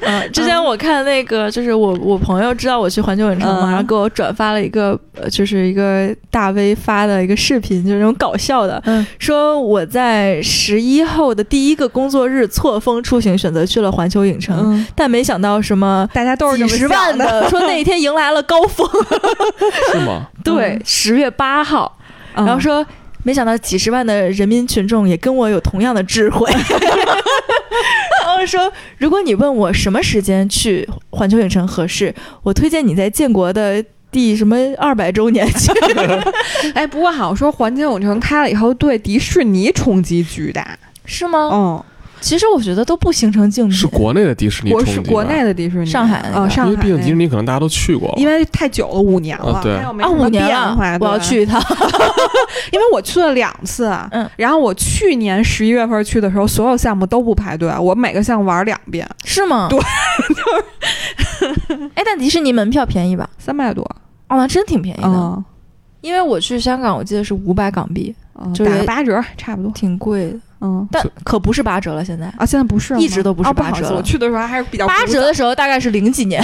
Speaker 1: 嗯，之前我看那个，就是我我朋友知道我去环球影城嘛，
Speaker 3: 嗯
Speaker 1: 然后给我转发了一个，呃，就是一个大 V 发的一个视频，就是那种搞笑的，
Speaker 3: 嗯
Speaker 1: 说我在十一后的第一个工作日错峰出行，选择去了环球影城，
Speaker 3: 嗯，
Speaker 1: 但没想到什么。
Speaker 3: 大家都是这
Speaker 1: 几
Speaker 3: 么
Speaker 1: 十
Speaker 3: 想
Speaker 1: 万
Speaker 3: 的，
Speaker 1: 的，说那一天迎来了高
Speaker 3: *laughs*
Speaker 1: 峰，
Speaker 2: 是吗？
Speaker 1: 对
Speaker 3: 嗯，
Speaker 1: 十月八号，
Speaker 3: 然
Speaker 1: 然
Speaker 3: 后
Speaker 1: 后
Speaker 3: 说
Speaker 1: 说没想到几十万的人民群众也跟我有同样的智 *laughs* 慧。然后说，如果你问我什么时间去环球影城合适，我推荐你在建国的第什么二百周年 *laughs* 去。
Speaker 3: 哎，不过好像说环球影城开了以后，对迪士尼冲击巨大。
Speaker 1: 是吗？
Speaker 3: 嗯，
Speaker 1: 其实我觉得都不形成竞
Speaker 2: 是
Speaker 1: 品。
Speaker 2: 国内的迪士尼
Speaker 3: 国
Speaker 2: 冲
Speaker 3: 是
Speaker 2: 击吧，
Speaker 3: 国内的迪士尼，
Speaker 1: 上海那个
Speaker 3: 啊，上
Speaker 2: 因
Speaker 3: 海
Speaker 2: 为
Speaker 3: 那
Speaker 2: 毕
Speaker 3: 个，
Speaker 2: 竟迪士尼可能大家都去过，
Speaker 3: 因为太久了，五年了，
Speaker 2: 啊对
Speaker 3: 它又没
Speaker 1: 啊，
Speaker 3: 什么
Speaker 1: 五年
Speaker 3: 变
Speaker 1: 了
Speaker 3: 化，
Speaker 1: 我要
Speaker 3: 对
Speaker 1: 去 *laughs* 一趟。
Speaker 3: 因为我去了两次啊，
Speaker 1: 嗯
Speaker 3: 然后我去年十一月份去的时候，所有项目都不排队，啊我每个项目玩两遍，
Speaker 1: 是吗？
Speaker 3: 对，
Speaker 1: *laughs* 哎，但迪士尼门票便宜吧？
Speaker 3: 三百多，
Speaker 1: 哦，那真挺便宜的。
Speaker 3: 嗯，
Speaker 1: 因为我去香港，我记得是五百港币，
Speaker 3: 嗯
Speaker 1: 就
Speaker 3: 打
Speaker 1: 是
Speaker 3: 个八折差不多，
Speaker 1: 挺贵的，
Speaker 3: 嗯，
Speaker 1: 但
Speaker 2: 是
Speaker 1: 可不是八折了，现在。
Speaker 3: 啊，现在不是了吗
Speaker 1: 一直都不是
Speaker 3: 啊不
Speaker 1: 八
Speaker 3: 好意
Speaker 1: 折
Speaker 3: 思，我去的时候还是比较
Speaker 1: 八
Speaker 3: 古
Speaker 1: 折
Speaker 3: 早，
Speaker 1: 的时候大概是零几年，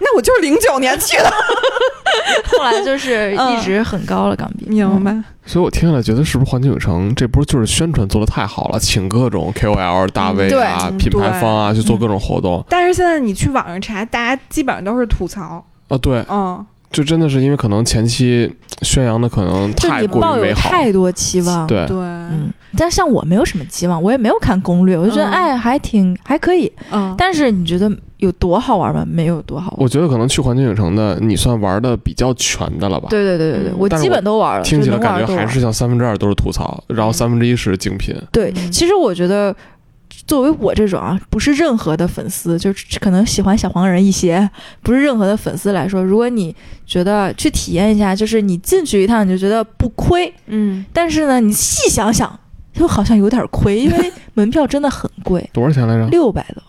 Speaker 3: 那我就是零九年去的，
Speaker 1: *laughs* 后来就是一直很高了港币。嗯
Speaker 3: 明白？
Speaker 2: 所以我听下来觉得是不是环球影城这波就是宣传做的太好了，请各种 KOL 大 V 啊、
Speaker 3: 嗯对
Speaker 2: 品牌方啊去做各种活动
Speaker 3: 但是现在你去网上查，大家基本上都是吐槽，
Speaker 2: 啊，对，
Speaker 3: 嗯，
Speaker 2: 就真的是因为可能前期宣扬的可能
Speaker 1: 就
Speaker 2: 太
Speaker 1: 你
Speaker 2: 过
Speaker 1: 抱
Speaker 2: 于美
Speaker 1: 有
Speaker 2: 好，
Speaker 1: 太多期望，，
Speaker 2: 对，
Speaker 3: 对，
Speaker 1: 嗯，但像我没有什么期望，我也没有看攻略，我就觉得、
Speaker 3: 嗯
Speaker 1: 哎还挺还可以。
Speaker 3: 嗯，
Speaker 1: 但是你觉得有多好玩吗？没有多好玩。
Speaker 2: 我觉得可能去环球影城的你算玩的比较全的了吧。
Speaker 1: 对对对对对，
Speaker 3: 嗯
Speaker 1: 我
Speaker 2: 但是
Speaker 1: 基本都玩了，
Speaker 2: 听起
Speaker 1: 就
Speaker 2: 来
Speaker 1: 能玩
Speaker 2: 感
Speaker 1: 都
Speaker 2: 觉
Speaker 1: 玩
Speaker 2: 还是像三分之二都是吐槽，然
Speaker 1: 嗯
Speaker 2: 后三分之一是精品。
Speaker 1: 对。
Speaker 3: 嗯
Speaker 1: 其实我觉得。作为我这种啊，不是任何的粉丝，就是可能喜欢小黄人一些，不是任何的粉丝来说，如果你觉得去体验一下，就是你进去一趟你就觉得不亏，
Speaker 3: 嗯，
Speaker 1: 但是呢，你细想想，又好像有点 *laughs* 亏，因为门票真的很贵，
Speaker 2: 多少钱来着？
Speaker 1: 六百多，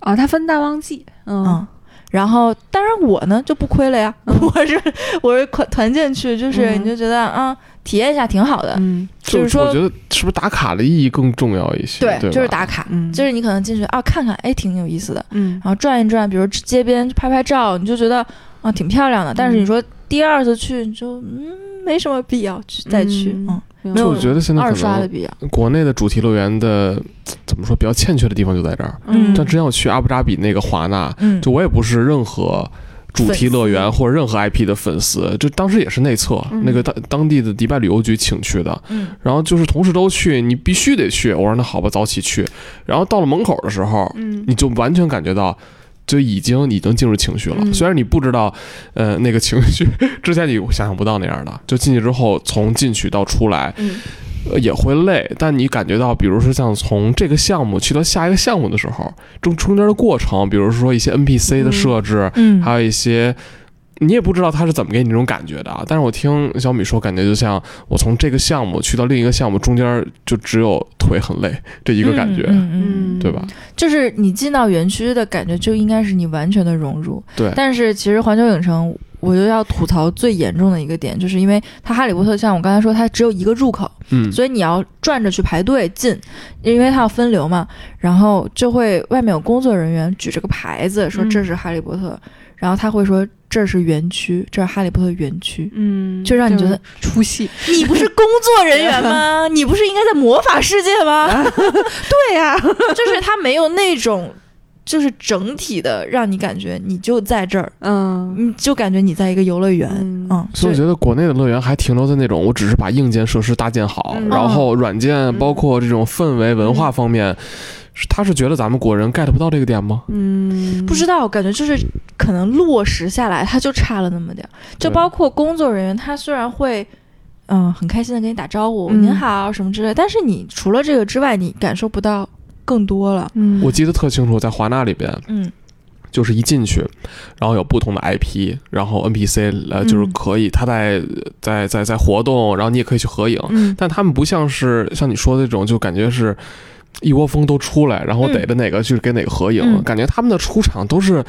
Speaker 3: 啊，它分淡旺季，嗯
Speaker 1: 嗯。然后，当然我呢就不亏了呀， *laughs* 我是我是团团建去，就是
Speaker 3: 嗯
Speaker 1: 你就觉得啊、体验一下挺好的，
Speaker 3: 嗯
Speaker 1: 就是
Speaker 2: 是
Speaker 1: 说
Speaker 2: 我觉得是不是打卡的意义更重要一些？对吧，
Speaker 1: 就是打卡，
Speaker 3: 嗯，
Speaker 1: 就是你可能进去啊看看，哎，挺有意思的，
Speaker 3: 嗯
Speaker 1: 然后转一转，比如街边拍拍照，你就觉得啊挺漂亮的。但是你说第二次去，你就嗯没什么必要去再去，嗯
Speaker 3: 嗯，
Speaker 1: 没
Speaker 2: 就
Speaker 1: 有
Speaker 2: 我觉得现在
Speaker 1: 二
Speaker 2: 可
Speaker 1: 刷的
Speaker 2: 能
Speaker 1: 必要。
Speaker 2: 国内的主题乐园的怎么说比较欠缺的地方就在这儿。
Speaker 1: 嗯
Speaker 2: 像之前我去阿布扎比那个华纳，
Speaker 1: 嗯，
Speaker 2: 就我也不是任何主题乐园或者任何 IP 的粉丝，就当时也是内测，
Speaker 3: 嗯
Speaker 2: 那个当当地的迪拜旅游局请去的，
Speaker 1: 嗯
Speaker 2: 然后就是同事都去，你必须得去。我说那好吧，早起去。然后到了门口的时候，
Speaker 3: 嗯
Speaker 2: 你就完全感觉到。就已经已经进入情绪了，
Speaker 3: 嗯
Speaker 2: 虽然你不知道，呃，那个情绪之前你想象不到那样的。就进去之后，从进去到出来，
Speaker 1: 嗯
Speaker 2: 呃也会累，但你感觉到，比如说像从这个项目去到下一个项目的时候，中中间的过程，比如说一些 NPC 的设置，
Speaker 1: 嗯
Speaker 2: 还有一些。你也不知道他是怎么给你这种感觉的啊！但是我听小米说，感觉就像我从这个项目去到另一个项目，中间就只有腿很累这一个感觉。
Speaker 1: 嗯嗯，
Speaker 3: 嗯，
Speaker 2: 对吧？
Speaker 1: 就是你进到园区的感觉就应该是你完全的融入。
Speaker 2: 对
Speaker 1: 但是其实环球影城。我就要吐槽最严重的一个点，就是因为它《哈利波特》像我刚才说，它只有一个入口，
Speaker 2: 嗯，
Speaker 1: 所以你要转着去排队进，因为它要分流嘛。然后就会外面有工作人员举着个牌子说
Speaker 3: 嗯
Speaker 1: 这是哈利波特，然后他会说这是园区，这是哈利波特园区。
Speaker 3: 嗯，
Speaker 1: 就让你觉得
Speaker 3: 出戏。
Speaker 1: 你不是工作人员 *laughs* 吗？你不是应该在魔法世界吗？
Speaker 3: 对
Speaker 1: *laughs*
Speaker 3: 呀，
Speaker 1: 就是他没有那种，就是整体的让你感觉你就在这儿，
Speaker 3: 嗯
Speaker 1: 你就感觉你在一个游乐园。嗯，
Speaker 3: 嗯
Speaker 2: 所以我觉得国内的乐园还停留在那种，我只是把硬件设施搭建好，
Speaker 3: 嗯
Speaker 2: 然后软件包括这种氛围、文化方面，是他是觉得咱们国人 get 不到这个点吗？
Speaker 3: 嗯，
Speaker 1: 不知道，感觉就是可能落实下来，它就差了那么点儿。就
Speaker 2: 对
Speaker 1: 包括工作人员，他虽然会，嗯、很开心的跟你打招呼，
Speaker 3: 嗯
Speaker 1: 您好什么之类，但是你除了这个之外，你感受不到更多了。
Speaker 3: 嗯，
Speaker 2: 我记得特清楚，在华纳里边，
Speaker 1: 嗯
Speaker 2: 就是一进去，然后有不同的 IP，然后 NPC 呃，就是
Speaker 1: 嗯
Speaker 2: 可以他在在在在活动，然后你也可以去合影，
Speaker 1: 嗯
Speaker 2: 但他们不像是像你说的这种，就感觉是。一窝蜂都出来，然后
Speaker 1: 嗯
Speaker 2: 逮着哪个去给哪个合影，
Speaker 1: 嗯
Speaker 2: 感觉他们的出场都是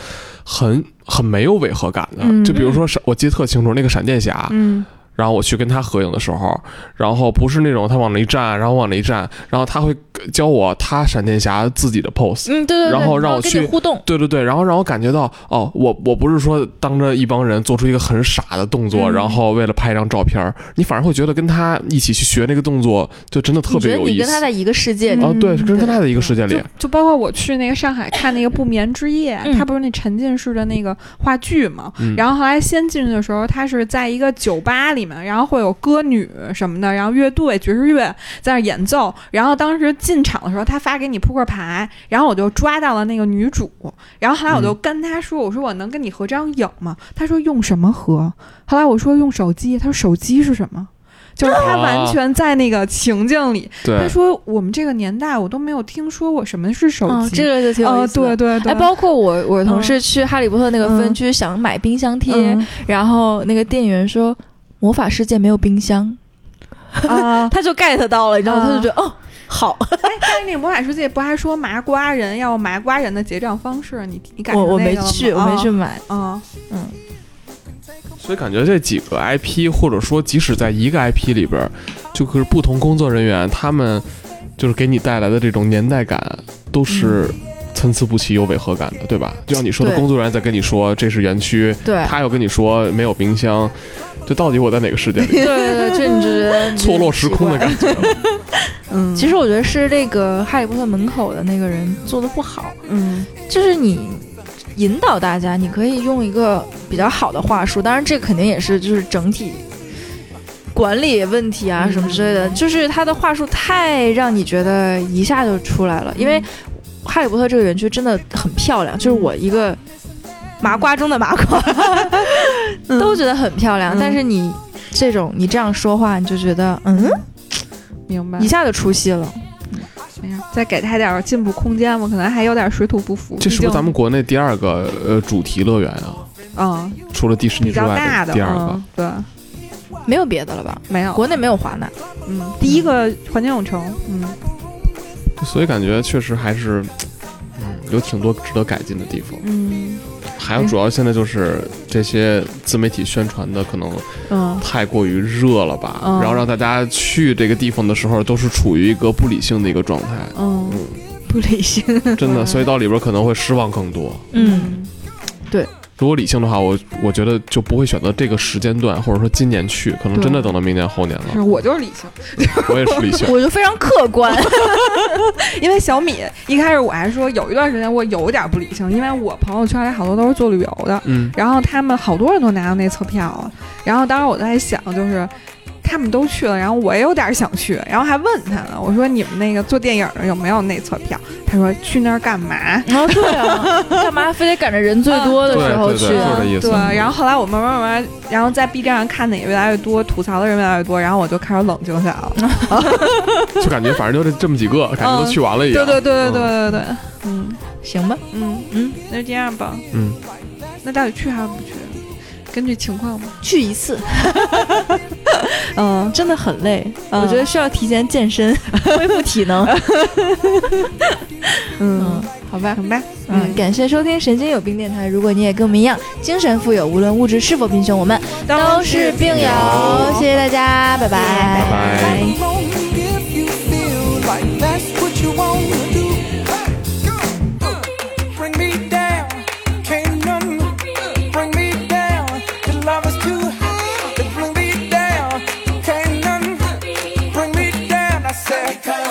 Speaker 2: 很很没有违和感的。
Speaker 3: 嗯
Speaker 2: 就比如说闪，我记得特清楚，那个闪电侠，
Speaker 3: 嗯
Speaker 2: 然后我去跟他合影的时候，然后不是那种他往那一站，然后往那一站，然后他会教我他闪电侠自己的 pose，
Speaker 1: 嗯，对对对，
Speaker 2: 然后让
Speaker 1: 要
Speaker 2: 我
Speaker 1: 跟
Speaker 2: 去
Speaker 1: 你互动。
Speaker 2: 对对对，然后让我感觉到，哦，我我不是说当着一帮人做出一个很傻的动作，
Speaker 1: 嗯
Speaker 2: 然后为了拍一张照片儿，你反而会觉得跟他一起去学那个动作，就真的特
Speaker 1: 你觉
Speaker 2: 别
Speaker 1: 得
Speaker 2: 有
Speaker 1: 你
Speaker 2: 意
Speaker 1: 跟
Speaker 2: 思
Speaker 1: 他。在一个世界里，
Speaker 2: 哦，对，
Speaker 3: 嗯
Speaker 2: 跟跟
Speaker 1: 对
Speaker 2: 他在一个世界里
Speaker 3: 就，就包括我去那个上海看那个《不眠之夜》
Speaker 1: 嗯
Speaker 3: 它不是那沉浸式的那个话剧嘛。
Speaker 2: 嗯
Speaker 3: 然后后来先进去的时候，它是在一个酒吧里面，然后会有歌女什么的，然后乐队爵士乐在那儿演奏。然后当时进场的时候，他发给你扑克牌，然后我就抓到了那个女主。然后后来我就跟他说：“我说我能跟你合张影吗？”他说：“用什么合？”后来我说：“用手机。”他说：“手机是什么？”就是他完全在那个情境里，他
Speaker 2: 对，
Speaker 3: 说我们这个年代我都没有听说过什么是手
Speaker 1: 嗯，
Speaker 3: 机，
Speaker 1: 这个就挺有
Speaker 3: 哦
Speaker 1: 意思的。
Speaker 3: 对对对，
Speaker 1: 哎，包括我，我同
Speaker 3: 嗯
Speaker 1: 事去哈利波特那个分区想买冰箱贴，
Speaker 3: 嗯
Speaker 1: 然后那个店员说魔法世界没有冰箱，
Speaker 3: 啊。
Speaker 1: 他就 get 到了，你知道吗？
Speaker 3: 啊
Speaker 1: 他就觉得哦，好，
Speaker 3: *laughs* 哎，但是那个魔法世界不还说麻瓜人要麻瓜人的结账方式？你你赶
Speaker 1: *laughs* 我
Speaker 3: 上
Speaker 1: 我
Speaker 3: 那
Speaker 1: 没
Speaker 3: 个了吗
Speaker 1: 去，我没去买。
Speaker 3: 啊，
Speaker 2: 所以感觉这几个 IP，或者说即使在一个 IP 里边儿，就是不同工作人员他们就是给你带来的这种年代感，都是参差不齐、有违和感的，对吧？就像你说的，
Speaker 1: 嗯对
Speaker 2: 工作人员在跟你说这是园区，
Speaker 1: *laughs*
Speaker 3: 哎
Speaker 1: 对，
Speaker 2: 他又跟你说没有冰箱，这到底我在哪个世界
Speaker 3: *laughs*
Speaker 2: 里？
Speaker 1: 对对对，这你就觉得
Speaker 2: 错落时空的感觉。
Speaker 3: 嗯，
Speaker 1: 其实我觉得是那个《哈利波特》门口的那个人做的不好，
Speaker 3: 嗯
Speaker 1: 就是你引导大家，你可以用一个比较好的话术，当然这肯定也是就是整体管理问题啊
Speaker 3: 嗯
Speaker 1: 什么之类的，就是他的话术太让你觉得一下就出来了，因为哈利波特这个园区真的很漂亮，就是我一个麻瓜中的麻瓜，
Speaker 3: 嗯
Speaker 1: 都觉得很漂亮。
Speaker 3: 嗯
Speaker 1: 但是你这种你这样说话，你就觉得嗯，
Speaker 3: 明白
Speaker 1: 一，下就出戏了。
Speaker 3: 没事再给他点儿进步空间吧，可能还有点水土不服。 *laughs*
Speaker 2: 这是
Speaker 3: 毕
Speaker 2: 不
Speaker 3: 竟
Speaker 2: 是咱们国内第二个呃主题乐园啊？
Speaker 3: 嗯
Speaker 2: 除了迪士
Speaker 3: 比
Speaker 2: 尼之
Speaker 3: 较
Speaker 2: 外
Speaker 3: 大的
Speaker 2: 第二个
Speaker 3: 嗯，对，
Speaker 1: 没有别的了吧？
Speaker 3: 没有
Speaker 1: 国内没有华纳，
Speaker 3: 嗯第一个环球影城，嗯
Speaker 2: 嗯所以感觉确实还是，嗯，有挺多值得改进的地方。
Speaker 3: 嗯，
Speaker 2: 还有主要现在就是这些自媒体宣传的可能
Speaker 3: 嗯
Speaker 2: 太过于热了吧，
Speaker 3: 嗯
Speaker 2: 然后让大家去这个地方的时候都是处于一个不理性的一个状
Speaker 3: *laughs*
Speaker 2: 态，
Speaker 3: 嗯
Speaker 1: 不理性。
Speaker 2: 真的，所以到里边可能会失望更多。
Speaker 1: 嗯，
Speaker 2: 如果理性的话，我我觉得就不会选择这个时间段，或者说今年去，可能真的等到明年后年
Speaker 3: 是
Speaker 2: 了。
Speaker 3: 我就是理性，
Speaker 2: 我也是理
Speaker 3: *laughs*
Speaker 2: 性，
Speaker 1: 我就非常客观。
Speaker 3: 因为小米一开始我还说有一段时间我有点不理性，因为我朋友圈里好多都是做旅游的，
Speaker 2: 嗯，
Speaker 3: 然后他们好多人都拿到那车票了，然后当时我在想，就是他们都去了，然后我也有点想去，然后还问他呢，我说你们那个做电影的有没有内测票？他说去那儿干嘛？
Speaker 1: 然后对啊， *laughs* 干嘛非得赶着人最多的
Speaker 2: 对
Speaker 1: 时候
Speaker 2: 对对，
Speaker 1: 去
Speaker 2: 就是
Speaker 1: 啊？
Speaker 2: 这意
Speaker 3: 对，
Speaker 2: 思。
Speaker 3: 然后后来我慢慢慢慢，然后在 B 站上看的也越来越多，吐槽的人越来越多，然后我就开始冷静下来了。
Speaker 2: 就感觉反正就这这么几个，感觉都去完了一
Speaker 3: 嗯对
Speaker 2: 样。
Speaker 3: 对对对
Speaker 2: 嗯，
Speaker 3: 对对对，嗯
Speaker 1: 行吧，
Speaker 3: 嗯
Speaker 1: 嗯
Speaker 3: 嗯，那就这样吧。
Speaker 2: 嗯，
Speaker 3: 那到底去还是不去？根据情况吧。
Speaker 1: 去一次
Speaker 3: 嗯，
Speaker 1: 真的很累，
Speaker 3: 嗯
Speaker 1: 我觉得需要提前健身，恢复体能。嗯，好吧。
Speaker 3: 行吧。
Speaker 1: 嗯，
Speaker 3: 嗯，
Speaker 1: 感谢收听《神经有病电台》。如果你也跟我们一样精神富有，无论物质是否贫穷，我们都是病友。谢谢大家，拜拜，
Speaker 2: 拜拜
Speaker 4: Back home if you feel like that's what you want to do. Bring me down, can't none bring me down. The love is too high, bring me down, can't none bring me down. I said. eh,